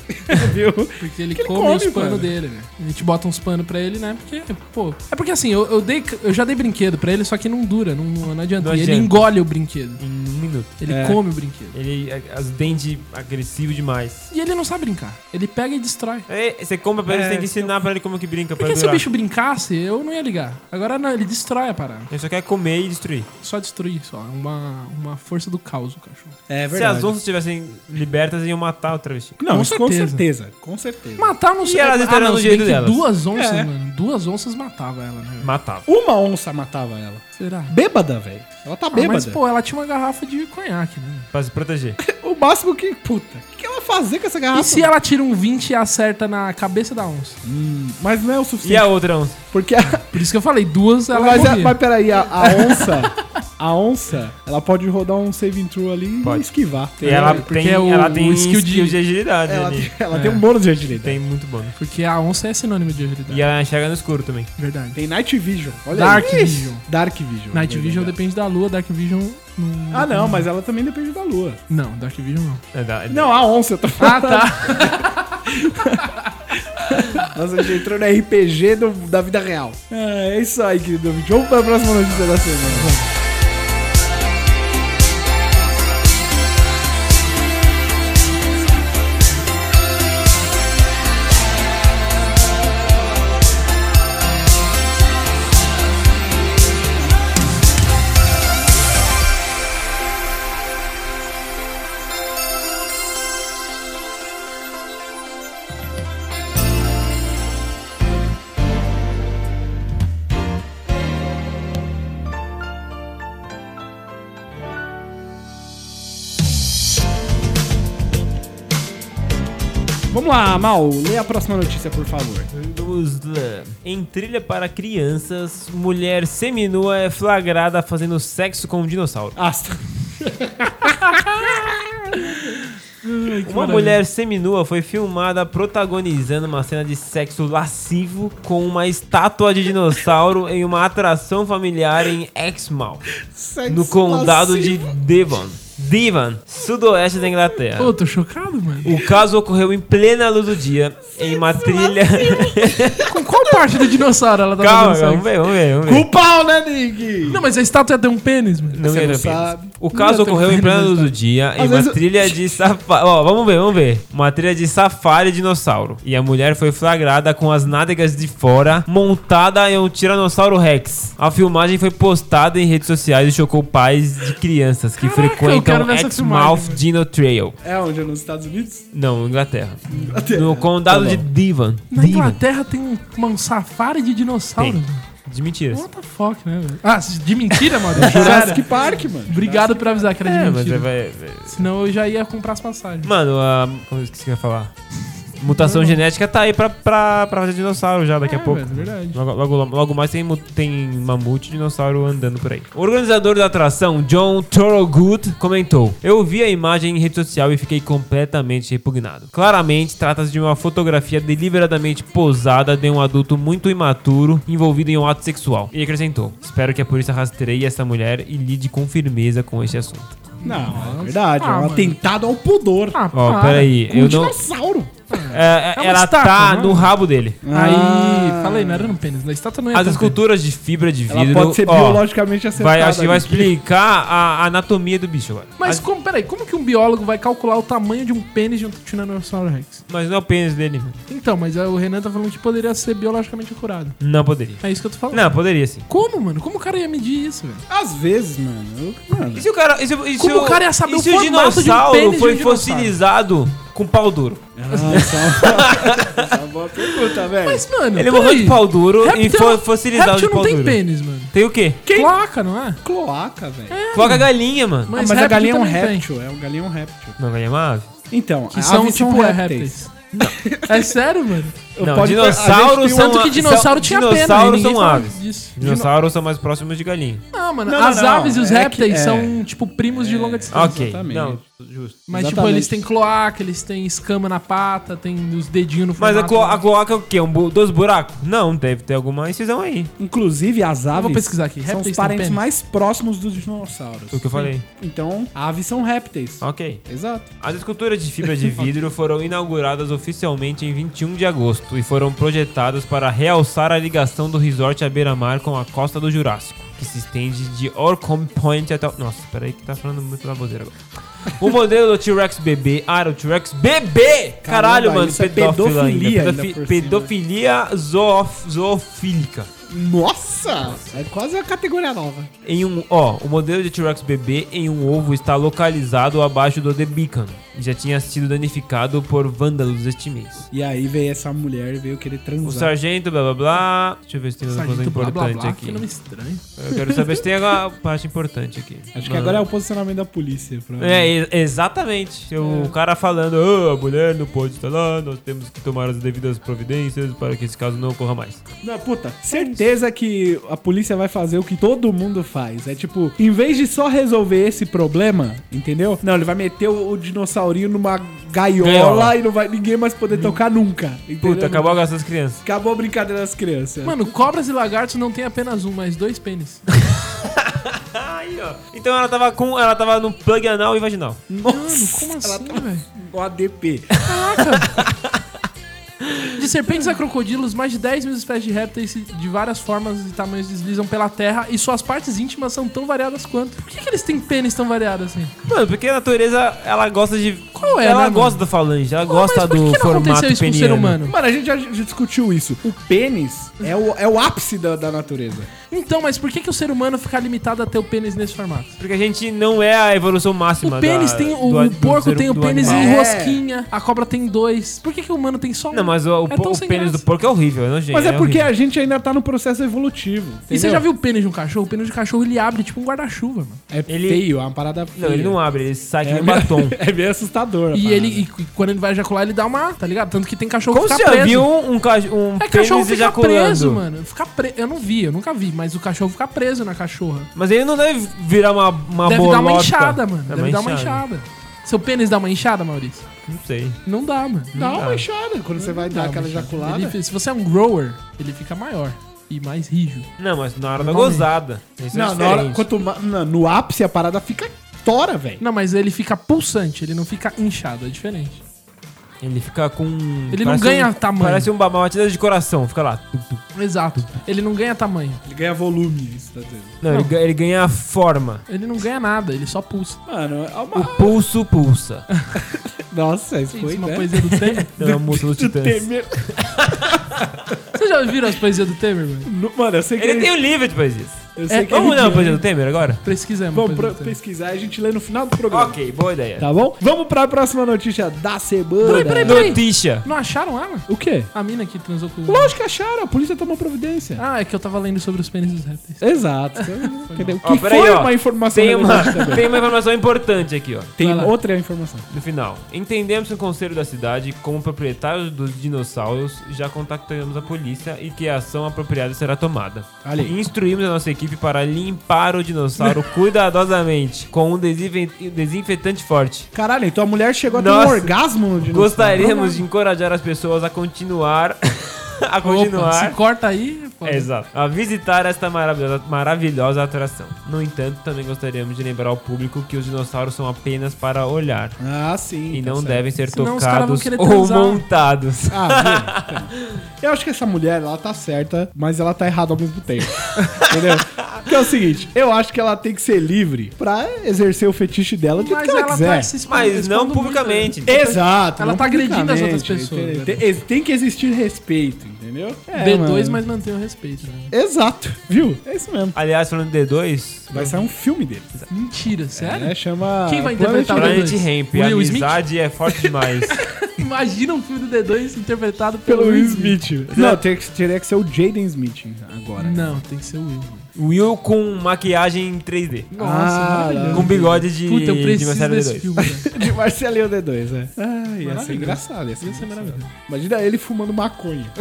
Speaker 1: viu?
Speaker 3: Porque ele,
Speaker 1: Que ele
Speaker 3: come,
Speaker 1: come,
Speaker 3: os panos
Speaker 1: mano.
Speaker 3: dele, né? A gente bota uns panos pra ele, né? Porque, pô. É porque assim, eu, eu dei, eu já dei brinquedo pra ele, só que não dura, não, não adianta.
Speaker 2: Não
Speaker 3: E Ele
Speaker 2: adianta.
Speaker 3: engole o brinquedo.
Speaker 2: Em um minuto.
Speaker 3: Ele
Speaker 1: É.
Speaker 3: come o brinquedo.
Speaker 2: Ele é os dentes agressivos demais.
Speaker 3: E ele não sabe brincar. Ele pega e destrói.
Speaker 2: É, você compra pra ele,
Speaker 1: É,
Speaker 2: você tem que
Speaker 1: se
Speaker 2: ensinar pra ele como que brinca pra
Speaker 3: Porque se o
Speaker 2: durar.
Speaker 3: bicho brincasse, eu não ia ligar. Agora não, ele destrói a parada.
Speaker 2: Ele só quer comer e destruir.
Speaker 3: Só destruir, só. É Uma, uma força do caos o cachorro.
Speaker 1: É
Speaker 2: Se as onças tivessem libertas, iam matar o travesti.
Speaker 1: Não,
Speaker 3: Com
Speaker 1: isso com
Speaker 3: certeza.
Speaker 1: certeza, com certeza.
Speaker 3: Matar não sei. ah,
Speaker 2: elas estarão
Speaker 3: não,
Speaker 2: do
Speaker 3: se
Speaker 2: jeito
Speaker 3: bem que
Speaker 2: delas.
Speaker 3: Duas onças,
Speaker 1: É.
Speaker 3: mano. Duas onças matava ela, né?
Speaker 2: Matava.
Speaker 1: Uma onça matava ela.
Speaker 3: Será?
Speaker 1: Bêbada, velho. Ela tá
Speaker 3: Ah,
Speaker 1: bêbada.
Speaker 3: mas, pô, ela tinha uma garrafa de conhaque, né?
Speaker 2: Pra se proteger.
Speaker 1: O máximo que. Puta, o que ela fazer com essa garrafa?
Speaker 3: E se ela tira um 20 e acerta na cabeça da onça?
Speaker 1: Hum, Mas não é o
Speaker 2: E
Speaker 1: suficiente.
Speaker 2: a outra onça?
Speaker 1: Porque a-
Speaker 3: Por isso que eu falei, duas ela
Speaker 1: mas, a-
Speaker 3: morria.
Speaker 1: mas peraí, a, a onça. a onça, ela pode rodar um saving throw ali
Speaker 2: Pode.
Speaker 1: e esquivar.
Speaker 2: E ela
Speaker 3: porque
Speaker 2: tem,
Speaker 3: é o-
Speaker 2: ela tem
Speaker 3: o skill
Speaker 2: skill,
Speaker 3: de-
Speaker 2: de... agilidade
Speaker 1: Ela,
Speaker 2: ali.
Speaker 1: tem- ela tem um bônus de agilidade.
Speaker 2: Tem muito bônus.
Speaker 3: Porque a onça é sinônimo de agilidade.
Speaker 2: E ela enxerga no escuro também.
Speaker 3: Verdade.
Speaker 1: Tem Night Vision. Olha
Speaker 3: Dark
Speaker 1: aí.
Speaker 3: Vision.
Speaker 1: Dark Vision.
Speaker 3: Night
Speaker 1: é
Speaker 3: Vision
Speaker 1: verdade.
Speaker 3: depende da lua, Dark Vision. Não...
Speaker 1: Ah, não, mas ela também depende da lua.
Speaker 3: Não, Dark Vision não.
Speaker 2: É da- é da-
Speaker 1: Não, a onça. Eu tô
Speaker 3: Ah,
Speaker 1: falando.
Speaker 3: tá.
Speaker 1: Nossa, a gente entrou no RPG do- da vida real. É, é isso aí, querido ouvinte. Vamos pra próxima notícia da semana. Vamos. Vamos lá, Mal, lê a próxima notícia, por favor.
Speaker 2: Vamos lá. Em trilha para crianças, mulher seminua é flagrada fazendo sexo com um dinossauro.
Speaker 1: Asta.
Speaker 2: Uma mulher seminua foi filmada protagonizando uma cena de sexo lascivo com uma estátua de dinossauro em uma atração familiar em Exmouth, no condado
Speaker 1: assim.
Speaker 2: de Devon, Devon, sudoeste da Inglaterra.
Speaker 3: Pô, tô chocado, mano.
Speaker 2: O caso ocorreu em plena luz do dia, em uma trilha.
Speaker 3: Com qual parte do dinossauro ela tá
Speaker 2: Calma,
Speaker 3: fazendo
Speaker 2: vamos
Speaker 3: sexo?
Speaker 2: ver, vamos ver. Vamos ver.
Speaker 1: Com o pau, né, Nick?
Speaker 3: Não, mas a estátua tem um pênis, mano.
Speaker 2: Não
Speaker 1: Você
Speaker 2: ia
Speaker 1: não
Speaker 2: ter pênis.
Speaker 1: sabe.
Speaker 2: O caso
Speaker 3: Não ia ter
Speaker 2: ocorreu em
Speaker 3: pênis,
Speaker 2: plena luz
Speaker 3: tá.
Speaker 2: do dia em
Speaker 1: Às
Speaker 2: uma
Speaker 1: vezes eu-
Speaker 2: trilha de safari. Ó, vamos ver, vamos ver. Uma trilha de safari dinossauro. E a mulher foi flagrada com as nádegas de fora, montada em um Tiranossauro Rex. A filmagem foi postada em redes sociais e chocou pais de crianças que
Speaker 3: Caraca, eu quero
Speaker 2: frequentam
Speaker 3: ver essa
Speaker 2: Exmouth
Speaker 3: filmagem,
Speaker 2: Dino Trail.
Speaker 1: É onde? É Nos Estados Unidos?
Speaker 2: Não, Inglaterra.
Speaker 1: Até-
Speaker 2: No condado
Speaker 1: Tá
Speaker 2: de
Speaker 1: bom.
Speaker 2: Devon.
Speaker 3: Na
Speaker 2: Devon.
Speaker 3: Inglaterra tem um, uma- um safari de dinossauro.
Speaker 2: Tem.
Speaker 3: mano.
Speaker 2: De mentiras.
Speaker 3: What the fuck, né, velho? Ah, de mentira, mano?
Speaker 1: Jurassic
Speaker 3: Sério?
Speaker 1: Park, mano.
Speaker 3: Obrigado por avisar que era de
Speaker 2: É, mas
Speaker 3: mentira.
Speaker 2: vai. vai-
Speaker 3: Senão eu já ia comprar as passagens.
Speaker 2: Mano, a. Como que você ia falar? Mutação genética tá aí pra, pra, pra fazer dinossauro já daqui a
Speaker 3: É,
Speaker 2: pouco.
Speaker 3: velho, é verdade.
Speaker 2: Logo, logo, logo mais tem, mu- tem mamute e dinossauro andando por aí. O organizador da atração, John Thorogood, comentou: Eu vi a imagem em rede social e fiquei completamente repugnado. Claramente, trata-se de uma fotografia deliberadamente posada de um adulto muito imaturo envolvido em um ato sexual. E acrescentou: Espero que a polícia rastreie essa mulher e lide com firmeza com este assunto.
Speaker 1: Não, é verdade. é
Speaker 3: Ah,
Speaker 1: um
Speaker 3: mano.
Speaker 1: atentado ao pudor.
Speaker 3: Ah,
Speaker 2: Ó,
Speaker 3: para.
Speaker 2: peraí,
Speaker 1: com um
Speaker 2: eu não.
Speaker 1: dinossauro.
Speaker 2: É,
Speaker 3: É uma
Speaker 2: ela
Speaker 3: estátua,
Speaker 2: tá
Speaker 3: né?
Speaker 2: no rabo dele.
Speaker 3: Aí, falei, não era no pênis. Na estátua não ia
Speaker 2: As
Speaker 3: ter um
Speaker 2: esculturas de fibra de
Speaker 1: Ela
Speaker 2: vidro.
Speaker 1: pode ser
Speaker 2: ó,
Speaker 1: biologicamente acertada.
Speaker 2: vai, acho que vai
Speaker 1: Nick.
Speaker 2: explicar a anatomia do bicho agora.
Speaker 3: pênis. Mas como, peraí, como que um biólogo vai calcular o tamanho de um pênis de um Tiranossauro Rex?
Speaker 2: Mas não é o pênis dele.
Speaker 3: Então, mas aí o Renan tá falando que poderia ser biologicamente curado.
Speaker 2: Não poderia.
Speaker 3: É isso que eu tô falando.
Speaker 2: Não, poderia sim.
Speaker 3: Como, mano? Como o cara ia medir isso, velho?
Speaker 1: Às vezes, mano. eu- mano.
Speaker 2: E se o cara. E se, e se
Speaker 3: Como o cara ia saber
Speaker 2: e
Speaker 3: o
Speaker 2: se o
Speaker 3: formato de um
Speaker 2: dinossauro
Speaker 3: pênis de um
Speaker 2: foi
Speaker 3: dinossauro?
Speaker 2: fossilizado com pau duro?
Speaker 1: Ah, essa é uma- essa é uma boa pergunta, velho.
Speaker 3: Mas, mano,
Speaker 2: Ele morreu de pau duro e
Speaker 3: Réptil-
Speaker 2: foi fossilizado
Speaker 3: réptil
Speaker 2: de pau
Speaker 3: não tem
Speaker 2: duro.
Speaker 3: pênis, mano.
Speaker 2: Tem o quê?
Speaker 3: Quem? Placa, não é?
Speaker 1: cloaca, velho.
Speaker 2: Coloca a galinha, mano.
Speaker 1: Ah, mas a
Speaker 3: réptil
Speaker 1: galinha é um
Speaker 3: também tem.
Speaker 1: réptil, é um galinha é um réptil.
Speaker 2: Não, galinha é uma ave.
Speaker 1: Então,
Speaker 3: Que são,
Speaker 1: aves
Speaker 3: tipo, répteis. É sério, mano?
Speaker 1: Eu
Speaker 2: Não,
Speaker 1: pode- a
Speaker 2: dinossauros
Speaker 1: gente tem um
Speaker 2: são
Speaker 3: Tanto que
Speaker 2: a-
Speaker 3: dinossauro
Speaker 2: são-
Speaker 3: tinha pena, né?
Speaker 2: Dinossauros
Speaker 3: ninguém
Speaker 2: são
Speaker 3: fala
Speaker 2: aves.
Speaker 3: disso.
Speaker 2: Dinossauros são mais próximos de galinha.
Speaker 3: Não, mano,
Speaker 1: Não, não,
Speaker 3: as
Speaker 1: não.
Speaker 3: aves e os
Speaker 1: É que-
Speaker 3: répteis
Speaker 1: é.
Speaker 3: são, tipo, primos
Speaker 2: É.
Speaker 3: de longa distância.
Speaker 2: Ok.
Speaker 1: Exatamente.
Speaker 2: Não, justo.
Speaker 3: Mas, tipo,
Speaker 1: Exatamente.
Speaker 3: eles têm cloaca, eles têm escama na pata, tem os dedinhos no
Speaker 2: Mas a,
Speaker 3: formato.
Speaker 2: clo a cloaca é o quê? Um bu dois buracos? Não, deve ter alguma incisão aí.
Speaker 1: Inclusive, as aves
Speaker 3: Ah, vou pesquisar aqui.
Speaker 1: são
Speaker 3: Répteis
Speaker 1: os
Speaker 3: têm
Speaker 1: parentes
Speaker 3: pênis?
Speaker 1: mais próximos dos dinossauros.
Speaker 2: Foi o que eu Ah. falei.
Speaker 1: Então, aves são répteis.
Speaker 2: Ok.
Speaker 1: Exato.
Speaker 2: As esculturas de fibra de vidro foram inauguradas oficialmente em 21 de agosto e foram projetadas para realçar a ligação do resort à beira-mar com a costa do Jurássico, que se estende de Orcombe Point até... o- Nossa, peraí que tá falando muito baboseira agora. O modelo do T-Rex bebê... Ah, era o T-Rex bebê! Caralho,
Speaker 1: Caramba,
Speaker 2: mano,
Speaker 1: isso é
Speaker 2: pedófilo
Speaker 1: pedofilia
Speaker 2: ainda.
Speaker 1: ainda por
Speaker 2: Pedofi-
Speaker 1: cima.
Speaker 2: pedofilia zoof- zoofílica.
Speaker 1: Nossa! É quase a categoria nova.
Speaker 2: Em um, ó, o modelo de T-Rex bebê em um ovo está localizado abaixo do The Beacon, já tinha sido danificado por vândalos este mês.
Speaker 1: E aí veio essa mulher e veio querer
Speaker 2: O
Speaker 1: transar.
Speaker 2: sargento, blá blá blá. Deixa eu ver se tem outra coisa
Speaker 3: Sargento blá
Speaker 2: importante
Speaker 3: blá blá,
Speaker 2: aqui.
Speaker 3: que nome estranho.
Speaker 2: Eu quero saber se tem alguma parte importante aqui.
Speaker 1: Acho que agora é o posicionamento da polícia. pra-
Speaker 2: É, e- exatamente. O cara falando, "Ah, a mulher não pode estar lá, nós temos que tomar as devidas providências para que esse caso não ocorra mais.
Speaker 1: Não, puta, É certeza que a polícia vai fazer o que todo mundo faz. É tipo, em vez de só resolver esse problema, entendeu? Não, ele vai meter o, o dinossaurinho numa gaiola,
Speaker 2: Gaiola. Hum.
Speaker 1: e não vai ninguém mais poder tocar nunca. Entendeu?
Speaker 2: Puta, acabou a graça das crianças.
Speaker 1: Acabou a brincadeira das crianças.
Speaker 3: Mano, cobras e lagartos não tem apenas um, mas dois pênis.
Speaker 2: Aí, ó. Então ela tava com. Ela tava no plug anal e vaginal.
Speaker 3: Mano, como assim, velho?
Speaker 1: o ADP.
Speaker 3: De serpentes a crocodilos, mais de 10 mil espécies de répteis de várias formas e tamanhos deslizam pela terra e suas partes íntimas são tão variadas quanto. Por que, que eles têm pênis tão variado assim?
Speaker 2: Mano, porque a natureza, ela gosta de.
Speaker 3: Qual é,
Speaker 2: Ela
Speaker 3: né,
Speaker 2: gosta da falange, ela gosta
Speaker 3: mas por
Speaker 2: do
Speaker 3: que que não
Speaker 2: formato
Speaker 3: aconteceu isso com o ser
Speaker 2: peniano.
Speaker 3: humano?
Speaker 1: Mano, a gente já, já discutiu isso. O pênis é o, é o ápice da, da natureza.
Speaker 3: Então, mas por que, que o ser humano fica limitado a ter o pênis nesse formato?
Speaker 2: Porque a gente não é a evolução
Speaker 3: O
Speaker 2: máxima.
Speaker 3: pênis
Speaker 2: da-
Speaker 3: tem. O,
Speaker 2: do-
Speaker 3: o
Speaker 2: do
Speaker 3: porco
Speaker 2: ser-
Speaker 3: tem o
Speaker 2: do
Speaker 3: pênis
Speaker 2: animal.
Speaker 3: em
Speaker 1: É.
Speaker 3: rosquinha, a cobra tem dois. Por que, que o humano tem só um?
Speaker 2: Não, mas o, o
Speaker 3: É
Speaker 2: po-
Speaker 3: tão
Speaker 2: o
Speaker 3: sem
Speaker 2: pênis
Speaker 3: graça.
Speaker 2: do porco é horrível, é nojento.
Speaker 1: Mas é porque
Speaker 2: horrível.
Speaker 1: a gente ainda tá no processo evolutivo.
Speaker 3: E você
Speaker 1: entendeu?
Speaker 3: já viu o pênis de um cachorro? O pênis de cachorro ele abre tipo um guarda-chuva, mano.
Speaker 1: É
Speaker 2: Ele-
Speaker 1: feio, é uma parada
Speaker 2: Não, ele não abre, ele sai que nem batom.
Speaker 1: É meio assustador. a
Speaker 2: Tá
Speaker 3: E
Speaker 1: parada.
Speaker 3: ele, e c- quando ele vai ejacular, ele dá uma. Tá ligado? Tanto que tem cachorro
Speaker 2: Como
Speaker 3: que
Speaker 2: você
Speaker 3: fica
Speaker 2: já
Speaker 3: preso.
Speaker 2: viu um, ca- um
Speaker 3: É cachorro
Speaker 2: pênis
Speaker 3: fica
Speaker 2: ejaculando?
Speaker 3: preso, mano. Fica pre... Eu não vi, eu nunca vi, mas o cachorro fica preso na cachorra.
Speaker 2: Mas ele não deve virar uma, uma
Speaker 3: Deve dar uma
Speaker 2: bolota.
Speaker 3: inchada, mano.
Speaker 2: É
Speaker 3: Deve dar uma inchada. Seu pênis dá uma inchada, Maurício?
Speaker 2: Não sei.
Speaker 3: Não dá, mano.
Speaker 1: Dá
Speaker 2: dá.
Speaker 1: uma inchada quando você vai
Speaker 3: Dá
Speaker 1: dar
Speaker 3: uma
Speaker 1: aquela
Speaker 3: inchada.
Speaker 1: ejaculada.
Speaker 3: Ele- se você é um grower, ele fica maior e mais rijo.
Speaker 2: Não, mas na hora da
Speaker 3: Normalmente.
Speaker 2: gozada. Isso é
Speaker 1: Não, na hora,
Speaker 2: diferente.
Speaker 1: quanto ma- na- no ápice a parada fica tora, velho.
Speaker 3: Não, mas ele fica pulsante, ele não fica inchado, é diferente.
Speaker 2: Ele fica com...
Speaker 3: Ele não
Speaker 2: parece
Speaker 3: ganha
Speaker 2: um-
Speaker 3: tamanho.
Speaker 2: Parece um, ba- uma batida de coração, fica lá.
Speaker 3: Exato. Ele não ganha tamanho.
Speaker 1: Ele ganha volume, isso tá dizendo.
Speaker 2: Não, Ele, ga- ele ganha forma.
Speaker 3: Ele não ganha nada, ele só pulsa.
Speaker 1: Mano, é
Speaker 2: O
Speaker 1: uma...
Speaker 2: pulso pulsa.
Speaker 1: Nossa, isso
Speaker 3: Isso,
Speaker 1: foi,
Speaker 3: uma
Speaker 1: né?
Speaker 3: poesia do Temer.
Speaker 2: Não, é uma música do Titãs.
Speaker 1: Temer.
Speaker 3: Vocês já viram as poesias do Temer, mano?
Speaker 1: No- Mano, eu sei que
Speaker 2: Ele tem um livro de poesias.
Speaker 1: Eu sei
Speaker 3: É,
Speaker 1: que
Speaker 2: Vamos
Speaker 1: ele um
Speaker 2: não,
Speaker 1: tinha,
Speaker 2: poesia
Speaker 1: hein?
Speaker 2: do Temer agora?
Speaker 3: Pesquisemos.
Speaker 1: Vamos
Speaker 3: poesia
Speaker 1: pro-
Speaker 3: do Temer.
Speaker 1: pesquisar, a gente lê no final do programa.
Speaker 2: então. Ok, boa ideia.
Speaker 1: Tá bom? Vamos pra próxima notícia da semana.
Speaker 3: Peraí, peraí, peraí.
Speaker 2: Notícia.
Speaker 3: Não acharam ela?
Speaker 1: O quê?
Speaker 3: A mina que transou com o.
Speaker 1: Lógico que acharam, a polícia tomou providência.
Speaker 3: Ah, é que eu tava lendo sobre os pênis dos répteis.
Speaker 1: Exato. Entendeu?
Speaker 2: Ó,
Speaker 1: Que
Speaker 2: peraí,
Speaker 1: foi
Speaker 2: ó.
Speaker 1: uma informação
Speaker 2: Tem uma,
Speaker 1: relevante também.
Speaker 2: tem uma informação importante aqui, ó.
Speaker 1: Tem
Speaker 3: Vai lá.
Speaker 1: outra informação.
Speaker 2: No final, entendemos que o conselho da cidade, como proprietários dos dinossauros, já contactamos a polícia e que a ação apropriada será tomada.
Speaker 1: Olha aí.
Speaker 2: Instruímos a nossa equipe para limpar o dinossauro cuidadosamente com um desinfe- desinfetante forte.
Speaker 1: Caralho, então a mulher chegou a ter um
Speaker 2: Nossa.
Speaker 1: orgasmo no dinossauro.
Speaker 2: Gostaríamos de encorajar as pessoas a continuar. a
Speaker 3: Opa,
Speaker 2: continuar.
Speaker 3: se corta aí. pô.
Speaker 2: É, Exato. A visitar esta maravilhosa, maravilhosa atração. No entanto, também gostaríamos de lembrar ao público que os dinossauros são apenas para olhar
Speaker 1: Ah, sim.
Speaker 2: e
Speaker 1: tá
Speaker 2: não
Speaker 1: certo.
Speaker 2: devem ser
Speaker 3: Senão os caras vão
Speaker 2: tocados
Speaker 3: querer
Speaker 2: ou
Speaker 3: transar.
Speaker 2: montados.
Speaker 1: Ah, viu? Eu acho que essa mulher, ela tá certa, mas ela tá errada ao mesmo tempo. Entendeu? Porque é o seguinte, eu acho que ela tem que ser livre pra exercer o fetiche dela de
Speaker 3: Mas
Speaker 1: é que ela,
Speaker 3: ela
Speaker 1: quiser.
Speaker 3: tá se expondo-
Speaker 2: Mas não
Speaker 3: expondo muito,
Speaker 2: publicamente.
Speaker 3: né?
Speaker 1: Exato.
Speaker 3: Ela
Speaker 1: não
Speaker 3: tá agredindo as outras
Speaker 1: publicamente,
Speaker 3: pessoas, né?
Speaker 1: entendeu? Tem, tem que existir respeito, entendeu? É,
Speaker 3: D2,
Speaker 1: mano.
Speaker 3: mas mantém o respeito, né?
Speaker 1: Exato, viu? É isso mesmo.
Speaker 2: Aliás, falando de D2,
Speaker 1: Vai sair um filme dele.
Speaker 3: Mentira, sério?
Speaker 1: É, chama...
Speaker 3: Quem vai
Speaker 1: Planet
Speaker 3: interpretar
Speaker 1: Ramp.
Speaker 2: Planet
Speaker 3: D2.
Speaker 2: Ramp, a
Speaker 3: Will Smith?
Speaker 2: amizade é forte demais.
Speaker 3: Imagina um filme do D2 interpretado pelo,
Speaker 1: Pelo Will
Speaker 3: Will
Speaker 1: Smith. Não, teria que, teria que ser o Jaden Smith agora.
Speaker 3: Não, tem que ser o Will. mano.
Speaker 2: Will com maquiagem em 3D.
Speaker 1: Ah,
Speaker 3: maravilhoso.
Speaker 2: Com bigode de,
Speaker 3: Puta, eu
Speaker 2: de
Speaker 3: preciso
Speaker 2: Marcelo
Speaker 3: desse
Speaker 2: D2.
Speaker 3: filme, velho.
Speaker 1: De Marcelinho D2, né? Ah, ia
Speaker 3: Maravilhoso.
Speaker 1: ser engraçado. Ia ser,
Speaker 3: Ia ser maravilhoso.
Speaker 1: Imagina ele fumando maconha.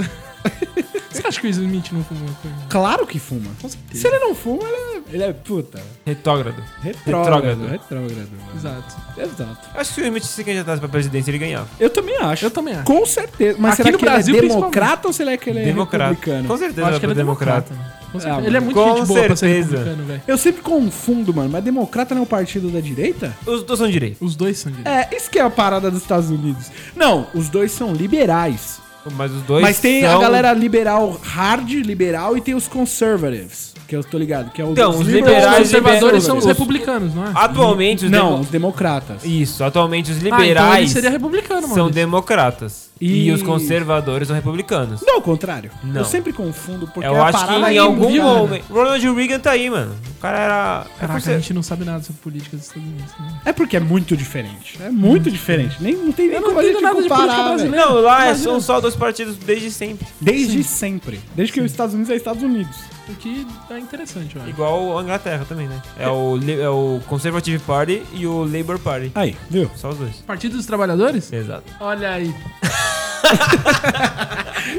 Speaker 3: Você acha que o Will Smith não fumou coisa?
Speaker 1: Claro que fuma.
Speaker 3: Com
Speaker 1: Se
Speaker 3: certeza.
Speaker 1: ele não fuma, ele é, ele é puta.
Speaker 2: Retógrado.
Speaker 1: Retrógrado.
Speaker 2: Retrógrado.
Speaker 1: Retrógrado. mano.
Speaker 3: Exato.
Speaker 1: Exato.
Speaker 2: Acho que se o Will Smith se candidatasse pra presidência, ele ganhava.
Speaker 1: Eu também acho.
Speaker 3: Eu também acho.
Speaker 1: Com certeza. Mas
Speaker 3: Aqui
Speaker 1: será
Speaker 3: no
Speaker 1: que
Speaker 3: Brasil,
Speaker 1: ele é
Speaker 3: principalmente.
Speaker 1: democrata ou será que ele é
Speaker 2: democrata.
Speaker 1: republicano?
Speaker 2: Com
Speaker 3: Eu
Speaker 2: certeza
Speaker 3: acho que
Speaker 2: vai
Speaker 3: ele é
Speaker 2: pro
Speaker 3: democrata. né? Com certeza. ele é muito
Speaker 2: com
Speaker 3: gente boa pra ser
Speaker 2: certeza.
Speaker 3: republicano, velho.
Speaker 1: Eu sempre confundo, mano. Mas democrata não é o partido da direita?
Speaker 2: Os dois são direitos.
Speaker 3: Os dois são de Então,
Speaker 1: É, isso que é a parada dos Estados Unidos. Não, os dois são liberais.
Speaker 2: Mas os dois
Speaker 1: Mas tem a
Speaker 2: são-
Speaker 1: galera liberal hard, liberal, e tem os conservatives. que eu tô ligado, que é o
Speaker 2: Então,
Speaker 1: dos
Speaker 2: os
Speaker 3: Os
Speaker 2: liberais-
Speaker 3: conservadores são os
Speaker 2: Os- Ah,
Speaker 3: republicanos, não é?
Speaker 2: Atualmente os
Speaker 1: Não,
Speaker 2: demo-
Speaker 1: os democratas.
Speaker 2: Isso, atualmente os
Speaker 3: Ah, então ele
Speaker 2: liberais
Speaker 3: seria republicano,
Speaker 2: são
Speaker 3: mano.
Speaker 2: democratas. E...
Speaker 1: E-
Speaker 2: os conservadores são republicanos.
Speaker 1: Não, ao contrário.
Speaker 2: Não.
Speaker 1: Eu sempre confundo, porque
Speaker 2: eu
Speaker 1: a
Speaker 2: acho que
Speaker 1: parada
Speaker 2: em
Speaker 1: é
Speaker 2: algum
Speaker 1: mundial, né?
Speaker 2: momento. Ronald Reagan tá aí, mano. O cara era. é
Speaker 3: Caraca, a
Speaker 2: conser-
Speaker 3: gente não sabe nada sobre política dos Estados Unidos. Né?
Speaker 1: É porque é muito diferente. É muito diferente. Nem, não tem nem
Speaker 3: Eu não
Speaker 1: como a
Speaker 3: entendo
Speaker 1: gente
Speaker 3: nada de política
Speaker 1: comparar, velho.
Speaker 3: brasileira.
Speaker 2: Não, lá é-
Speaker 3: Imagina.
Speaker 2: são só dois partidos desde sempre.
Speaker 1: Desde sempre. Desde que os Estados Unidos é Estados Unidos.
Speaker 3: O que é interessante, eu acho.
Speaker 2: Igual a Inglaterra também, né? É o, li- é o Conservative Party e o Labour Party.
Speaker 1: Aí, viu?
Speaker 2: Só os dois.
Speaker 3: Partido dos Trabalhadores?
Speaker 2: Exato.
Speaker 3: Olha aí.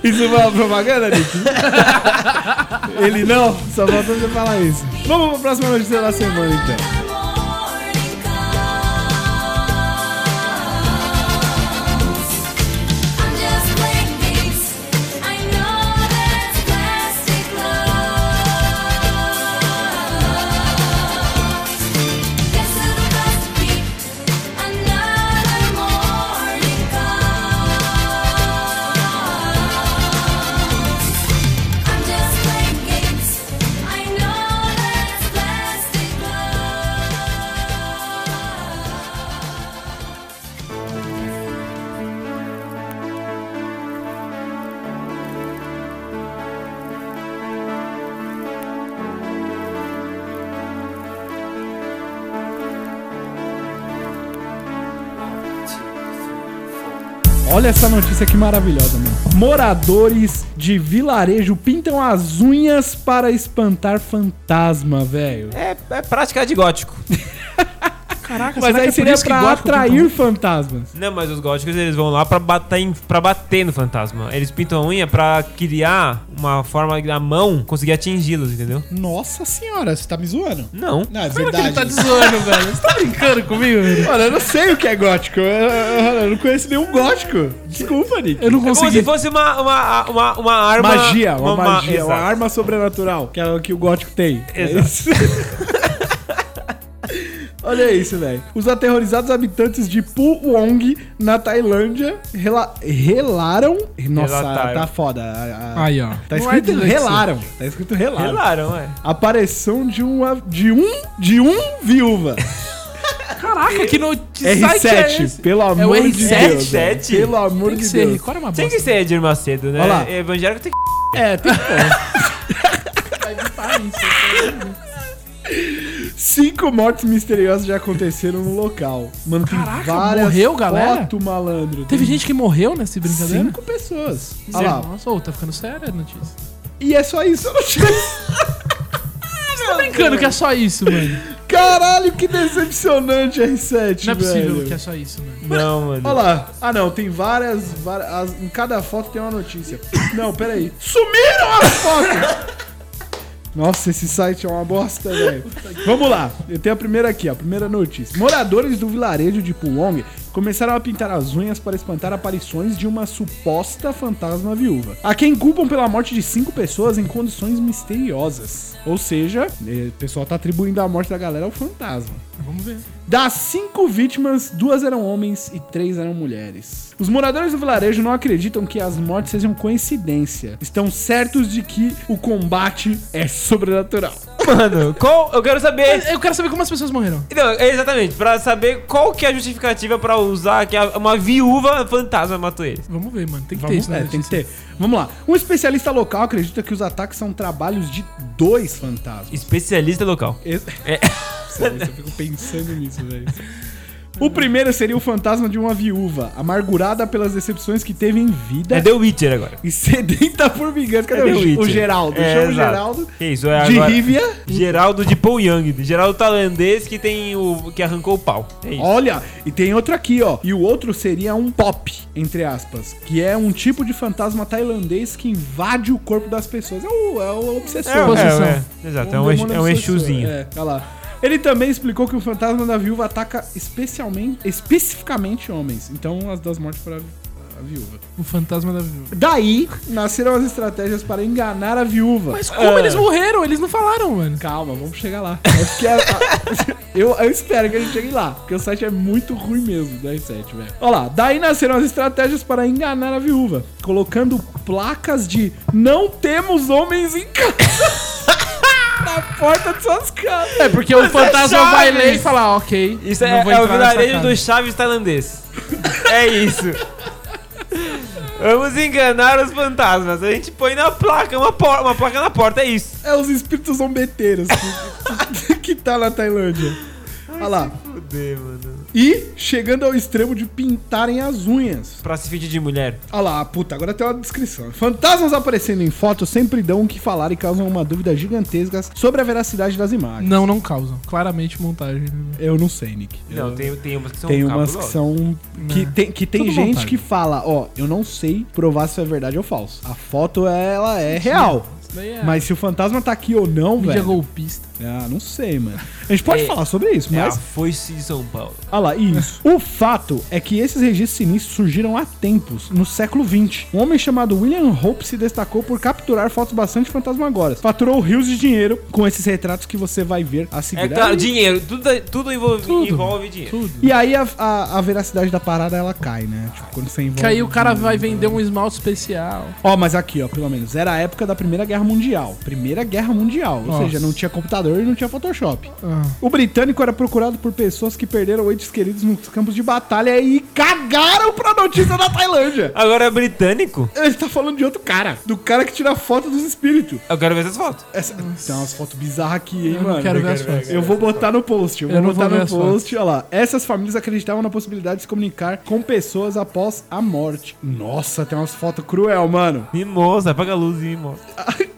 Speaker 1: Isso foi uma propaganda, Nick? Ele não, só falta você falar isso. Vamos pra próxima notícia da semana, então.
Speaker 5: I know that's plastic
Speaker 1: Olha essa notícia que maravilhosa, mano. Moradores de vilarejo pintam as unhas para espantar fantasma, velho.
Speaker 2: É, é prática de gótico.
Speaker 3: Caraca,
Speaker 1: Mas
Speaker 3: será que
Speaker 1: aí
Speaker 3: é por
Speaker 1: seria
Speaker 3: isso que
Speaker 1: pra
Speaker 3: gótico
Speaker 1: atrair
Speaker 3: pinta-
Speaker 1: fantasmas.
Speaker 2: Não, mas os góticos eles vão lá pra bater, em- pra bater no fantasma. Eles pintam a unha pra criar uma forma da mão conseguir atingi-los, entendeu?
Speaker 6: Nossa senhora, você tá me zoando.
Speaker 2: Não.
Speaker 6: Não, é
Speaker 3: Cara, que ele tá
Speaker 6: verdade.
Speaker 3: te zoando, velho. Você tá brincando comigo, velho?
Speaker 1: Mano, eu não sei o que é gótico. Eu, eu- eu não conheço nenhum gótico. Desculpa, Nick.
Speaker 3: Eu não
Speaker 2: É como
Speaker 3: consegui.
Speaker 2: se fosse uma, uma, uma, uma arma.
Speaker 1: Magia, uma, magia, uma
Speaker 2: exato.
Speaker 1: arma sobrenatural, que é o que o gótico tem. É
Speaker 2: Exato.
Speaker 1: isso. Olha isso, velho. Os aterrorizados habitantes de Pu Wong, na Tailândia, rela- relaram. Nossa,
Speaker 2: Relataram.
Speaker 1: tá foda. a- a-
Speaker 3: Aí, ó.
Speaker 1: Tá
Speaker 3: Não é
Speaker 1: escrito
Speaker 3: dislexia.
Speaker 1: relaram. Tá escrito relaram.
Speaker 2: Relaram, é.
Speaker 1: Aparição de uma. De um. De um viúva.
Speaker 3: Caraca, que é notícia.
Speaker 1: R7, pelo amor
Speaker 3: o
Speaker 1: de Deus.
Speaker 3: R7?
Speaker 1: velho. Pelo amor
Speaker 3: Tem que
Speaker 1: de
Speaker 3: ser
Speaker 1: Deus.
Speaker 3: rico. Olha uma bosta.
Speaker 2: Tem que ser Edir Macedo, né?
Speaker 1: Olha lá.
Speaker 2: Evangélico tem que.
Speaker 1: É, tem que
Speaker 3: Ah, isso.
Speaker 1: Cinco mortes misteriosas já aconteceram no local. Mano, tem
Speaker 3: Caraca,
Speaker 1: várias
Speaker 3: morreu, galera?
Speaker 1: Foto, malandro.
Speaker 3: Teve gente que morreu nessa brincadeira?
Speaker 1: Cinco pessoas.
Speaker 3: Zé,
Speaker 1: Olha lá.
Speaker 3: Nossa, ô, tá ficando séria a notícia.
Speaker 1: E é só isso. eu não sei.
Speaker 3: Tá brincando que é só isso, mano.
Speaker 1: Caralho, que decepcionante R7,
Speaker 3: Não é possível
Speaker 1: velho.
Speaker 3: que é só isso, mano.
Speaker 2: Não, mano.
Speaker 1: Olha lá. Ah, não. Tem várias... várias as- em cada foto tem uma notícia. Não, pera aí. Sumiram as fotos! Nossa, esse site é uma bosta, velho. Vamos lá. Eu tenho a primeira aqui, ó. A primeira notícia. Moradores do vilarejo de Puong começaram a pintar as unhas para espantar aparições de uma suposta fantasma viúva. A quem culpam pela morte de cinco pessoas em condições misteriosas. Ou seja, eh, o pessoal tá atribuindo a morte da galera ao fantasma.
Speaker 3: Vamos ver.
Speaker 1: Das cinco vítimas, duas eram homens e três eram mulheres. Os moradores do vilarejo não acreditam que as mortes sejam coincidência. Estão certos de que o combate é sobrenatural.
Speaker 2: Mano, qual. Eu quero saber.
Speaker 3: Eu quero saber como as pessoas morreram.
Speaker 2: Então, é exatamente, pra saber qual que é a justificativa pra usar que a- uma viúva fantasma matou ele.
Speaker 3: Vamos ver, mano. Tem que ter
Speaker 1: Vamos,
Speaker 3: isso, né?
Speaker 1: é, tem que ter. Vamos lá. Um especialista local acredita que os ataques são trabalhos de dois fantasmas.
Speaker 2: Especialista local.
Speaker 1: Esse-
Speaker 2: É.
Speaker 1: Sério, eu fico pensando nisso, velho. O primeiro seria o fantasma de uma viúva, amargurada pelas decepções que teve em vida
Speaker 2: É The Witcher agora.
Speaker 1: e sedenta por vingança. Cadê
Speaker 2: É The
Speaker 1: o, Ge- o
Speaker 2: Witcher.
Speaker 1: Geraldo?
Speaker 2: É,
Speaker 1: Chama o
Speaker 2: exato.
Speaker 1: Geraldo.
Speaker 2: Que isso, é
Speaker 1: de
Speaker 2: agora.
Speaker 1: Rivia.
Speaker 2: Geraldo de Paul Young. Geraldo tailandês que tem o. que arrancou o pau. É isso.
Speaker 1: Olha, e tem outro aqui, ó. E o outro seria um pop, entre aspas, que é um tipo de fantasma tailandês que invade o corpo das pessoas. É o, é o obsessor.
Speaker 2: É,
Speaker 1: né?
Speaker 3: possessão.
Speaker 2: é, é. Exato, é um,
Speaker 1: demônio
Speaker 2: é um
Speaker 1: obsessor,
Speaker 2: exuzinho.
Speaker 1: É, olha lá. Ele também explicou que o fantasma da viúva ataca especialmente, especificamente homens. Então as duas mortes para a viúva.
Speaker 3: O fantasma da viúva.
Speaker 1: Daí nasceram as estratégias para enganar a viúva.
Speaker 3: Mas como eles morreram? Eles não falaram, mano.
Speaker 1: Calma, vamos chegar lá. É porque a- a- eu, eu espero que a gente chegue lá, porque o site é muito ruim mesmo da R7, velho. Olha lá, daí nasceram as estratégias para enganar a viúva, colocando placas de não temos homens em casa. na porta de suas casas.
Speaker 3: É porque o fantasma vai ler e falar, ok.
Speaker 2: Isso
Speaker 3: não
Speaker 2: é,
Speaker 3: vou
Speaker 2: é o
Speaker 3: entrar nessa
Speaker 2: vilarejo
Speaker 3: casa.
Speaker 2: do Chaves tailandês. é isso. Vamos enganar os fantasmas. A gente põe na placa, uma, por- uma placa na porta, é isso.
Speaker 1: É os espíritos zombeteiros que, que tá na Tailândia. Olha lá.
Speaker 2: Fudeu, mano.
Speaker 1: E chegando ao extremo de pintarem as unhas.
Speaker 2: Pra se fingir de mulher.
Speaker 1: Olha lá, puta, agora tem uma descrição. Fantasmas aparecendo em fotos sempre dão o que falar e causam uma dúvida gigantesca sobre a veracidade das imagens.
Speaker 3: Não, não causam. Claramente montagem. né,
Speaker 1: Eu não sei, Nick.
Speaker 2: Não, é um tem, tem umas que são
Speaker 1: Tem umas que
Speaker 2: cabulosas.
Speaker 1: são. Que tem, que tem
Speaker 3: Né. Tudo
Speaker 1: gente
Speaker 3: vontade.
Speaker 1: que fala, ó, eu não sei provar se é verdade ou falso. A foto, ela é real.
Speaker 3: Isso daí é
Speaker 1: Mas se o fantasma tá aqui ou não,
Speaker 3: mídia
Speaker 1: velho.
Speaker 3: golpista.
Speaker 1: Ah, não sei, mano. A gente pode
Speaker 2: É-
Speaker 1: falar sobre isso,
Speaker 2: É a
Speaker 1: mas.
Speaker 2: foice de São Paulo.
Speaker 1: Ah lá, isso. o fato é que esses registros sinistros surgiram há tempos, no século XX. Um homem chamado William Hope se destacou por capturar fotos bastante fantasmagóricas. Faturou rios de dinheiro com esses retratos que você vai ver a seguir.
Speaker 2: É claro, dinheiro. Tudo, tudo, envolve, envolve dinheiro.
Speaker 3: Tudo.
Speaker 1: E aí a, a- a veracidade da parada ela cai, né? Tipo, quando você envolve.
Speaker 3: Que aí o cara vai vender um esmalte especial.
Speaker 1: Ó, mas aqui, ó, pelo menos. Era a época da Primeira Guerra Mundial. Primeira Guerra Mundial. Ou
Speaker 3: Nossa.
Speaker 1: seja, não tinha computador e não tinha Photoshop.
Speaker 2: Ah.
Speaker 1: O britânico era procurado por pessoas que perderam entes queridos nos campos de batalha e cagaram pra notícia da Tailândia.
Speaker 2: Agora é britânico?
Speaker 1: Ele tá falando de outro cara. Do cara que tira foto dos espíritos.
Speaker 2: Eu quero ver essas fotos.
Speaker 1: Essa... Tem umas fotos bizarras aqui, hein,
Speaker 3: Eu não
Speaker 1: mano?
Speaker 3: quero ver as fotos.
Speaker 1: Eu vou botar no post, eu,
Speaker 3: Eu
Speaker 1: vou
Speaker 3: não
Speaker 1: botar
Speaker 3: vou ver
Speaker 1: no
Speaker 3: as fotos.
Speaker 1: post, olha lá. Essas famílias acreditavam na possibilidade de se comunicar com pessoas após a morte. Nossa, tem umas fotos cruel, mano.
Speaker 2: Mimosa, apaga a luz e mimosa.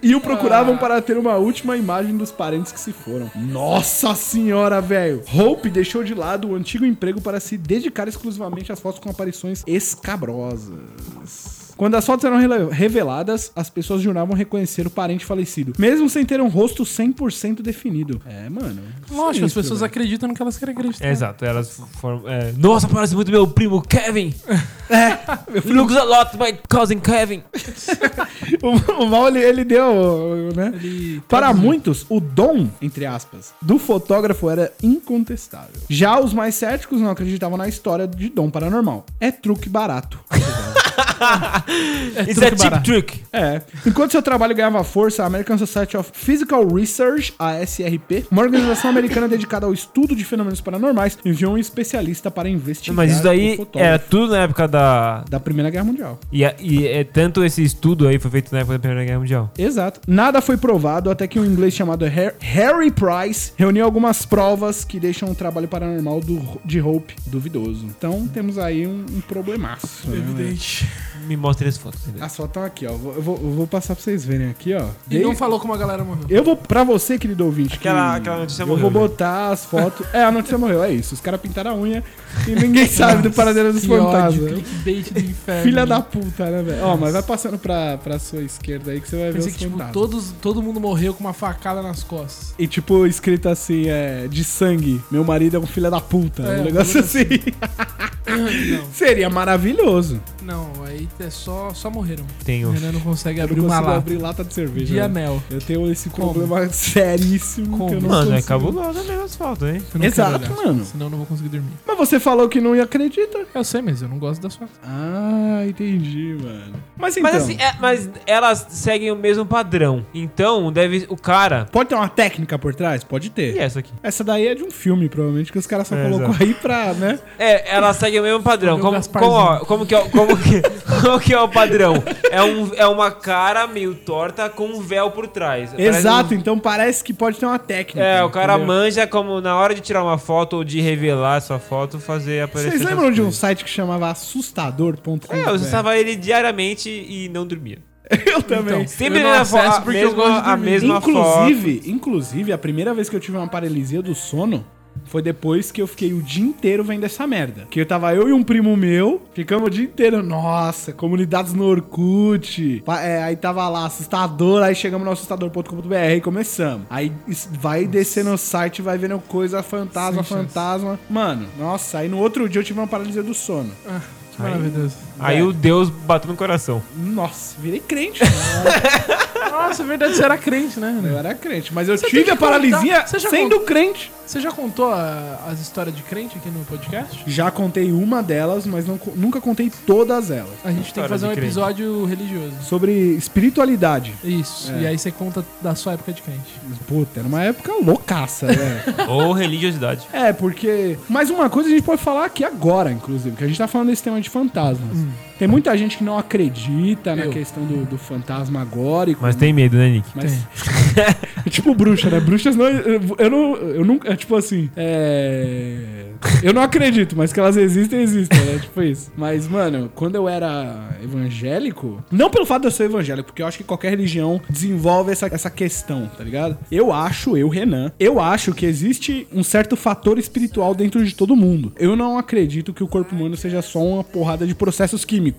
Speaker 1: E o procuravam para ter uma última imagem dos parentes que se foram. Nossa senhora, velho! Hope deixou de lado o antigo emprego para se dedicar exclusivamente às fotos com aparições escabrosas. Quando as fotos eram rele- reveladas, as pessoas juravam reconhecer o parente falecido, mesmo sem ter um rosto 100% definido. É, mano.
Speaker 3: Lógico, as
Speaker 1: sinistro,
Speaker 3: pessoas
Speaker 1: velho.
Speaker 3: acreditam no que elas querem acreditar.
Speaker 2: É, exato, elas formam. é, Nossa, parece muito meu primo Kevin! É, looks a lot my cousin Kevin!
Speaker 1: O, o Mal, ele, ele deu, né?
Speaker 3: Ele-
Speaker 1: Para muitos, o dom, entre aspas, do fotógrafo era incontestável. Já os mais céticos não acreditavam na história de dom paranormal. É truque barato.
Speaker 2: Isso é
Speaker 3: truque barato.
Speaker 2: cheap trick!
Speaker 1: É. Enquanto seu trabalho ganhava força, a American Society of Physical Research, a SRP, uma organização americana dedicada ao estudo de fenômenos paranormais, enviou um especialista para investigar
Speaker 2: Mas isso
Speaker 1: o
Speaker 2: daí é
Speaker 1: fotógrafo
Speaker 2: era tudo na época da.
Speaker 1: da Primeira Guerra Mundial.
Speaker 2: E, a- e é, tanto esse estudo aí foi feito na época da Primeira Guerra Mundial.
Speaker 1: Exato. Nada foi provado até que um inglês chamado Har- Harry Price reuniu algumas provas que deixam o trabalho paranormal do- de Hope duvidoso. Então temos aí um, um problemaço. né, velho?
Speaker 3: Evidente.
Speaker 2: Me mostra as fotos. entendeu?
Speaker 1: As fotos estão aqui, ó. Eu vou, eu vou- eu vou passar pra vocês verem aqui, ó.
Speaker 3: né? E não
Speaker 1: Dei-
Speaker 3: falou como a galera morreu.
Speaker 1: Eu vou pra você, querido ouvinte. que
Speaker 2: Aquela- aquela notícia
Speaker 1: eu
Speaker 2: morreu,
Speaker 1: Eu vou
Speaker 2: né?
Speaker 1: botar as fotos. É, a notícia morreu, é isso. Os caras pintaram a unha e ninguém sabe do paradeiro dos
Speaker 3: Que ódio,
Speaker 1: fantasmas.
Speaker 3: clickbait do inferno.
Speaker 1: Filha da puta, né, velho? Ó, mas vai passando pra, pra sua esquerda aí que você vai ver
Speaker 3: Pensei
Speaker 1: os
Speaker 3: que, tipo,
Speaker 1: fantasmas.
Speaker 3: todos, todo mundo morreu com uma facada nas costas.
Speaker 1: E tipo, escrito assim, é, de sangue, meu marido é um filho da puta,
Speaker 3: É,
Speaker 1: um negócio
Speaker 3: um
Speaker 1: assim.
Speaker 3: não,
Speaker 1: Seria maravilhoso.
Speaker 3: não, aí é só, só morreram.
Speaker 2: Tem
Speaker 3: O
Speaker 2: o.
Speaker 3: Renan não consegue abrir
Speaker 1: eu não
Speaker 3: uma
Speaker 1: consigo
Speaker 3: lata
Speaker 1: abrir lata de cerveja.
Speaker 3: de
Speaker 1: né?
Speaker 3: anel.
Speaker 1: Eu tenho esse
Speaker 3: Como?
Speaker 1: problema seríssimo que eu
Speaker 3: Como?
Speaker 1: não
Speaker 2: Mano, é
Speaker 1: consigo.
Speaker 2: cabulosa mesmo as fotos, hein?
Speaker 3: Eu não
Speaker 1: Exato,
Speaker 3: quero olhar,
Speaker 1: mano.
Speaker 3: Senão eu não vou conseguir dormir.
Speaker 1: Mas você falou que não acredita.
Speaker 3: Eu sei, mas eu não gosto da sua.
Speaker 1: Ah, entendi, mano. Mas então,
Speaker 2: Mas assim, é- mas elas seguem o mesmo padrão. Então, deve. O cara.
Speaker 1: pode ter uma técnica por trás? Pode ter.
Speaker 2: E essa aqui?
Speaker 1: Essa daí é de um filme, provavelmente, que os caras só
Speaker 2: É,
Speaker 1: colocou
Speaker 2: exato.
Speaker 1: aí pra, né?
Speaker 2: É, ela segue o mesmo padrão.
Speaker 3: Meu
Speaker 2: Como,
Speaker 3: Gasparzinho.
Speaker 2: como, ó, como que, é, o- como, que, como que é o padrão? É, um, é uma cara meio torta com um véu por trás. Parece
Speaker 1: Exato,
Speaker 2: um-
Speaker 1: então parece que pode ter uma técnica.
Speaker 2: é, o cara
Speaker 1: entendeu?
Speaker 2: manja como na hora de tirar uma foto ou de revelar sua foto, fazer aparecer.
Speaker 1: Vocês
Speaker 2: essas
Speaker 1: lembram de um
Speaker 2: coisas.
Speaker 1: site que chamava assustador.com?
Speaker 2: É, eu usava ele diariamente e não dormia. Então,
Speaker 1: Eu também.
Speaker 2: Sempre
Speaker 3: Eu não
Speaker 2: era fo-
Speaker 3: acesso
Speaker 2: a,
Speaker 3: porque eu
Speaker 2: mesma,
Speaker 3: gosto de
Speaker 2: a
Speaker 3: dormir.
Speaker 2: mesma foto.
Speaker 1: inclusive, inclusive, a primeira vez que eu tive uma paralisia do sono foi depois que eu fiquei o dia inteiro vendo essa merda. Que eu tava eu e um primo meu, ficamos o dia inteiro, nossa, comunidades no Orkut. Pa- é, aí tava lá, assustador, aí chegamos no assustador.com.br e começamos. Aí is- vai descendo o site, vai vendo coisa fantasma,
Speaker 3: Sem chance.
Speaker 1: fantasma. Mano, nossa, aí no outro dia eu tive uma paralisia do sono.
Speaker 3: Que
Speaker 2: É.
Speaker 3: maravilhoso.
Speaker 2: Aí o Deus bateu no coração.
Speaker 1: Nossa, virei crente. mano.
Speaker 3: Nossa, é verdade, você era crente, né?
Speaker 1: né? Eu era crente, mas eu
Speaker 3: Você tem
Speaker 1: tive
Speaker 3: que
Speaker 1: a paralisia
Speaker 3: contar. Você já
Speaker 1: sendo crente.
Speaker 3: Você já contou a- as histórias de crente aqui no podcast?
Speaker 1: Já contei uma delas, mas não co- nunca contei todas elas.
Speaker 3: A gente tem que
Speaker 2: História
Speaker 3: fazer
Speaker 2: de
Speaker 3: um
Speaker 2: crente.
Speaker 3: episódio religioso.
Speaker 1: Sobre espiritualidade.
Speaker 3: Isso.
Speaker 1: É.
Speaker 3: E aí você conta da sua época de crente.
Speaker 1: Puta, era uma época loucaça, né?
Speaker 2: Ou religiosidade.
Speaker 1: É, porque. Mas uma coisa a gente pode falar aqui agora, inclusive, que a gente tá falando desse tema de fantasmas. Tem muita gente que não acredita na
Speaker 3: Eu.
Speaker 1: questão do, do fantasma agórico.
Speaker 2: Mas tem medo, né, Nick?
Speaker 1: Mas- É tipo bruxa, né? Bruxas não. Eu, eu não. Eu nunca. É tipo assim. É. Eu não acredito, mas que elas existem, existem, né? Tipo isso. Mas, mano, quando eu era evangélico. Não pelo fato de eu ser evangélico, porque eu acho que qualquer religião desenvolve essa, essa questão, tá ligado? Eu acho, eu, Renan, eu acho que existe um certo fator espiritual dentro de todo mundo. Eu não acredito que o corpo humano seja só uma porrada de processos químicos.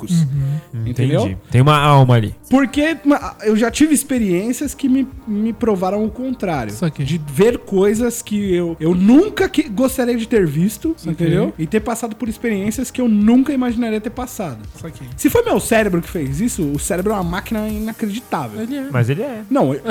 Speaker 1: Entendeu?
Speaker 2: Entendi. Tem uma alma ali.
Speaker 1: Porque ma- eu já tive experiências que me, me provaram o contrário.
Speaker 3: Só que-
Speaker 1: De ver coisas que eu, eu nunca que- gostaria de ter visto, entendeu? E ter passado por experiências que eu nunca imaginaria ter passado.
Speaker 3: Só que.
Speaker 1: Se foi meu cérebro que fez isso, o cérebro é uma máquina inacreditável.
Speaker 3: Ele é.
Speaker 2: Mas ele é.
Speaker 1: Não, eu-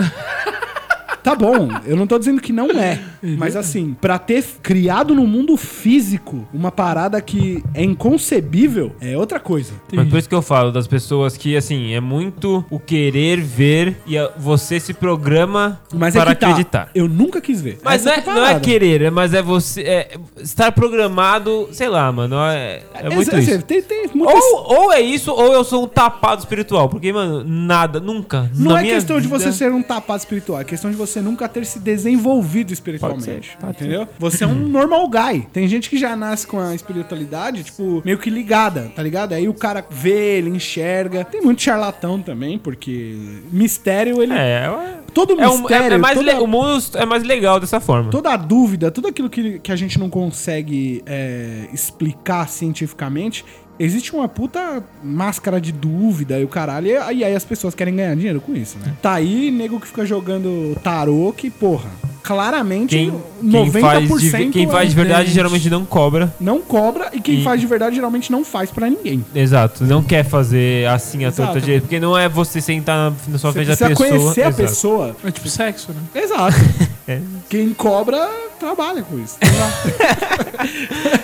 Speaker 1: Tá bom, eu não tô dizendo que não é. Mas assim, pra ter criado no mundo físico uma parada que é inconcebível, é outra coisa.
Speaker 2: Mas por isso que eu falo das pessoas que, assim, é muito o querer ver e a- você se programa
Speaker 1: Mas
Speaker 2: para
Speaker 1: é que tá,
Speaker 2: acreditar.
Speaker 1: Eu nunca quis ver.
Speaker 2: Mas
Speaker 1: Essa
Speaker 2: não é,
Speaker 1: que a
Speaker 2: não é
Speaker 1: parada.
Speaker 2: querer, é- mas é você é, estar programado, sei lá, mano. É, é muito
Speaker 1: Ex-
Speaker 2: isso.
Speaker 1: Tem, tem muita
Speaker 2: Ou, ou é isso, ou eu sou um tapado espiritual. Porque, mano, nada, nunca.
Speaker 1: Não
Speaker 2: na
Speaker 1: é
Speaker 2: minha
Speaker 1: questão de
Speaker 2: vida-
Speaker 1: você ser um tapado espiritual, é questão de você nunca ter se desenvolvido espiritualmente. entendeu? Você é um normal guy. Tem gente que já nasce com a espiritualidade, tipo, meio que ligada, tá ligado? Aí o cara vê, ele enxerga. Tem muito charlatão também, porque mistério, ele.
Speaker 2: É, é,
Speaker 1: Todo
Speaker 2: é, um,
Speaker 1: mistério.
Speaker 2: é, é mais
Speaker 1: toda-
Speaker 2: le- o mundo é mais legal dessa forma.
Speaker 1: toda a dúvida, tudo aquilo que, que a gente não consegue é, explicar cientificamente, existe uma puta máscara de dúvida e o caralho. E, aí- aí as pessoas querem ganhar dinheiro com isso, né? Tá aí, nego que fica jogando tarô, que, porra, claramente
Speaker 2: Quem, quem
Speaker 1: 90%
Speaker 2: faz de, quem faz de verdade
Speaker 1: é-
Speaker 2: geralmente não cobra.
Speaker 1: Não cobra e quem
Speaker 2: E-
Speaker 1: faz de verdade geralmente não faz pra ninguém.
Speaker 2: Exato, não quer fazer assim a
Speaker 1: Exato.
Speaker 2: torta direito. Porque não é você sentar na, na sua
Speaker 1: Você
Speaker 2: frente da
Speaker 1: precisa
Speaker 2: pessoa.
Speaker 1: conhecer a
Speaker 2: Exato.
Speaker 1: pessoa.
Speaker 3: É tipo sexo, né?
Speaker 1: Exato.
Speaker 2: É.
Speaker 1: Quem cobra trabalha com isso.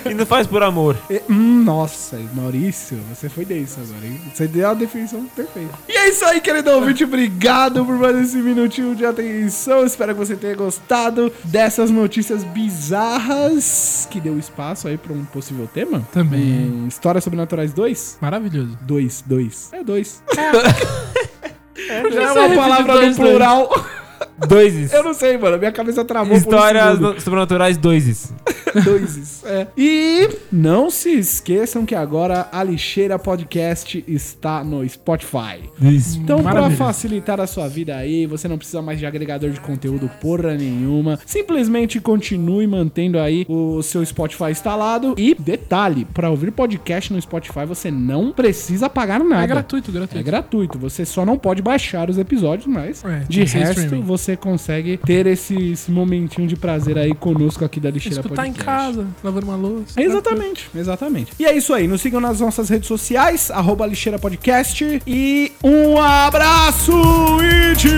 Speaker 2: E não faz por amor.
Speaker 1: E- hum, nossa, Maurício, você foi denso agora, hein? Você deu a definição perfeita. E é isso aí, querido ouvinte. Obrigado por mais esse minutinho de atenção. Espero que você tenha gostado dessas notícias bizarras que deu espaço aí pra um possível tema.
Speaker 3: Também.
Speaker 1: Hum, Histórias Sobrenaturais 2?
Speaker 3: Maravilhoso.
Speaker 1: 2, 2. É 2.
Speaker 3: que
Speaker 1: Já é
Speaker 3: você
Speaker 1: uma
Speaker 3: repetiu
Speaker 1: palavra no
Speaker 3: dois, dois?
Speaker 1: plural.
Speaker 2: Dois is.
Speaker 1: Eu não sei, mano. Minha cabeça travou por um
Speaker 2: Histórias
Speaker 1: segundo.
Speaker 2: no- sobrenaturais, dois is.
Speaker 1: Doises. É. E não se esqueçam que agora a Lixeira Podcast está no Spotify.
Speaker 2: Isso.
Speaker 1: Então, para
Speaker 3: Maravilha.
Speaker 1: facilitar a sua vida aí, você não precisa mais de agregador de conteúdo porra nenhuma. Simplesmente continue mantendo aí o seu Spotify instalado. E detalhe, para ouvir podcast no Spotify, você não precisa pagar nada.
Speaker 3: É gratuito,
Speaker 1: É
Speaker 3: gratuito.
Speaker 1: gratuito, você só não pode baixar os episódios, mas
Speaker 3: É, tem
Speaker 1: de
Speaker 3: que ser
Speaker 1: resto
Speaker 3: streaming.
Speaker 1: você consegue ter esse, esse momentinho de prazer aí conosco aqui da Lixeira
Speaker 3: Escutar em
Speaker 1: Podcast. É
Speaker 3: casa, lavando uma
Speaker 1: Tá
Speaker 3: louça.
Speaker 1: Exatamente, exatamente. E é isso aí. Nos sigam nas nossas redes sociais, arroba lixeira podcast. E um abraço e tchau!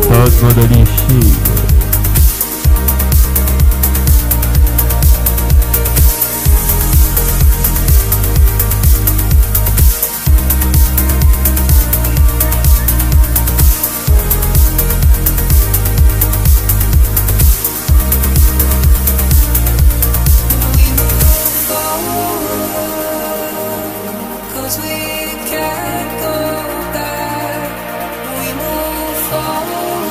Speaker 2: Fantasma da lixeira.
Speaker 5: Cause we can't go back. We move forward.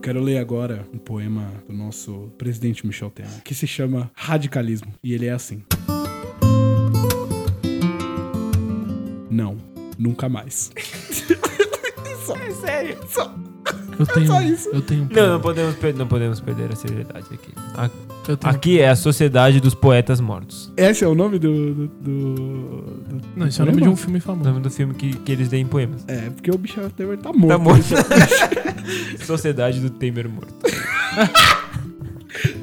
Speaker 1: quero ler agora um poema do nosso presidente Michel Temer, que se chama Radicalismo. E ele é assim. Não, nunca mais. Só. É sério. Só.
Speaker 3: Eu tenho,
Speaker 1: é só isso.
Speaker 3: eu tenho um
Speaker 2: Não,
Speaker 3: poema.
Speaker 2: não podemos, per- não podemos perder a seriedade aqui. A-
Speaker 3: Eu tenho- um
Speaker 2: Aqui é a Sociedade dos Poetas Mortos.
Speaker 1: Esse é o nome do. do, do- do-
Speaker 3: Não, isso é o nome de um filme
Speaker 2: O
Speaker 3: famoso.
Speaker 2: nome do filme que, que eles deem poemas.
Speaker 1: É, porque o Michel Temer tá morto.
Speaker 2: Tá morto. Sociedade do Temer Morto.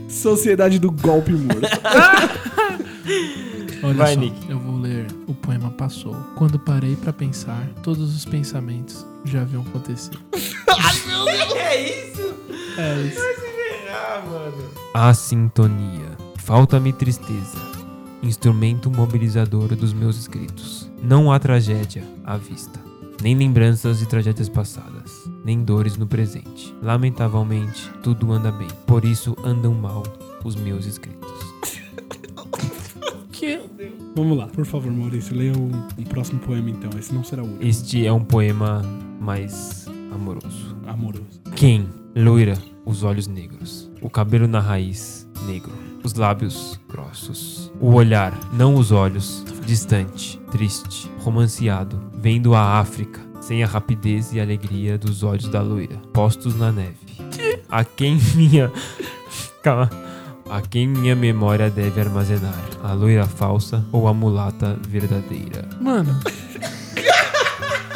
Speaker 1: Sociedade do Golpe Morto.
Speaker 3: Olha
Speaker 2: Tá, Vai,
Speaker 3: só,
Speaker 2: Nick.
Speaker 3: eu vou ler. O poema passou. Quando parei pra pensar, todos os pensamentos já haviam acontecido. Ai, meu Deus! É isso? É isso.
Speaker 2: A sintonia. Falta-me tristeza. Instrumento mobilizador dos meus escritos. Não há tragédia à vista. Nem lembranças de tragédias passadas. Nem dores no presente. Lamentavelmente, tudo anda bem. Por isso andam mal os meus escritos.
Speaker 3: Que...
Speaker 1: Vamos lá, por favor, Maurício, leia o, o próximo poema então. Esse não será o último.
Speaker 2: Este é um poema mais amoroso.
Speaker 1: Hum. Amoroso.
Speaker 2: Quem? Loira, os olhos negros, o cabelo na raiz, negro, os lábios grossos, o olhar, não os olhos, distante, triste, romanceado, vendo a África, sem a rapidez e alegria dos olhos da loira, postos na neve. A quem minha. Calma. A quem minha memória deve armazenar, a loira falsa ou a mulata verdadeira?
Speaker 3: Mano.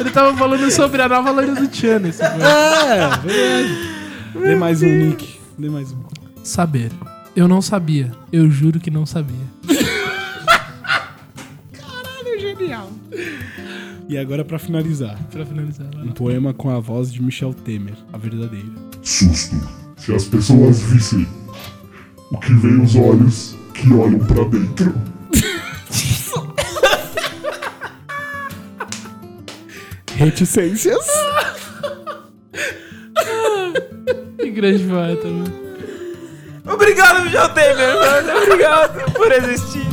Speaker 3: Ele tava falando sobre a nova loira do Tchan esse poema.
Speaker 1: Lê mais um, Nick. Lê mais um.
Speaker 3: Saber. Eu não sabia. Eu juro que não sabia.
Speaker 1: E agora, pra finalizar,
Speaker 3: Pra finalizar, vai
Speaker 1: um
Speaker 3: lá.
Speaker 1: poema com a voz de Michel Temer, a verdadeira.
Speaker 7: Susto. Se as pessoas vissem o que vem os olhos que olham pra dentro.
Speaker 1: Reticências.
Speaker 3: Que grande poeta, mano.
Speaker 2: Obrigado, Michel Temer, mano. Obrigado por existir.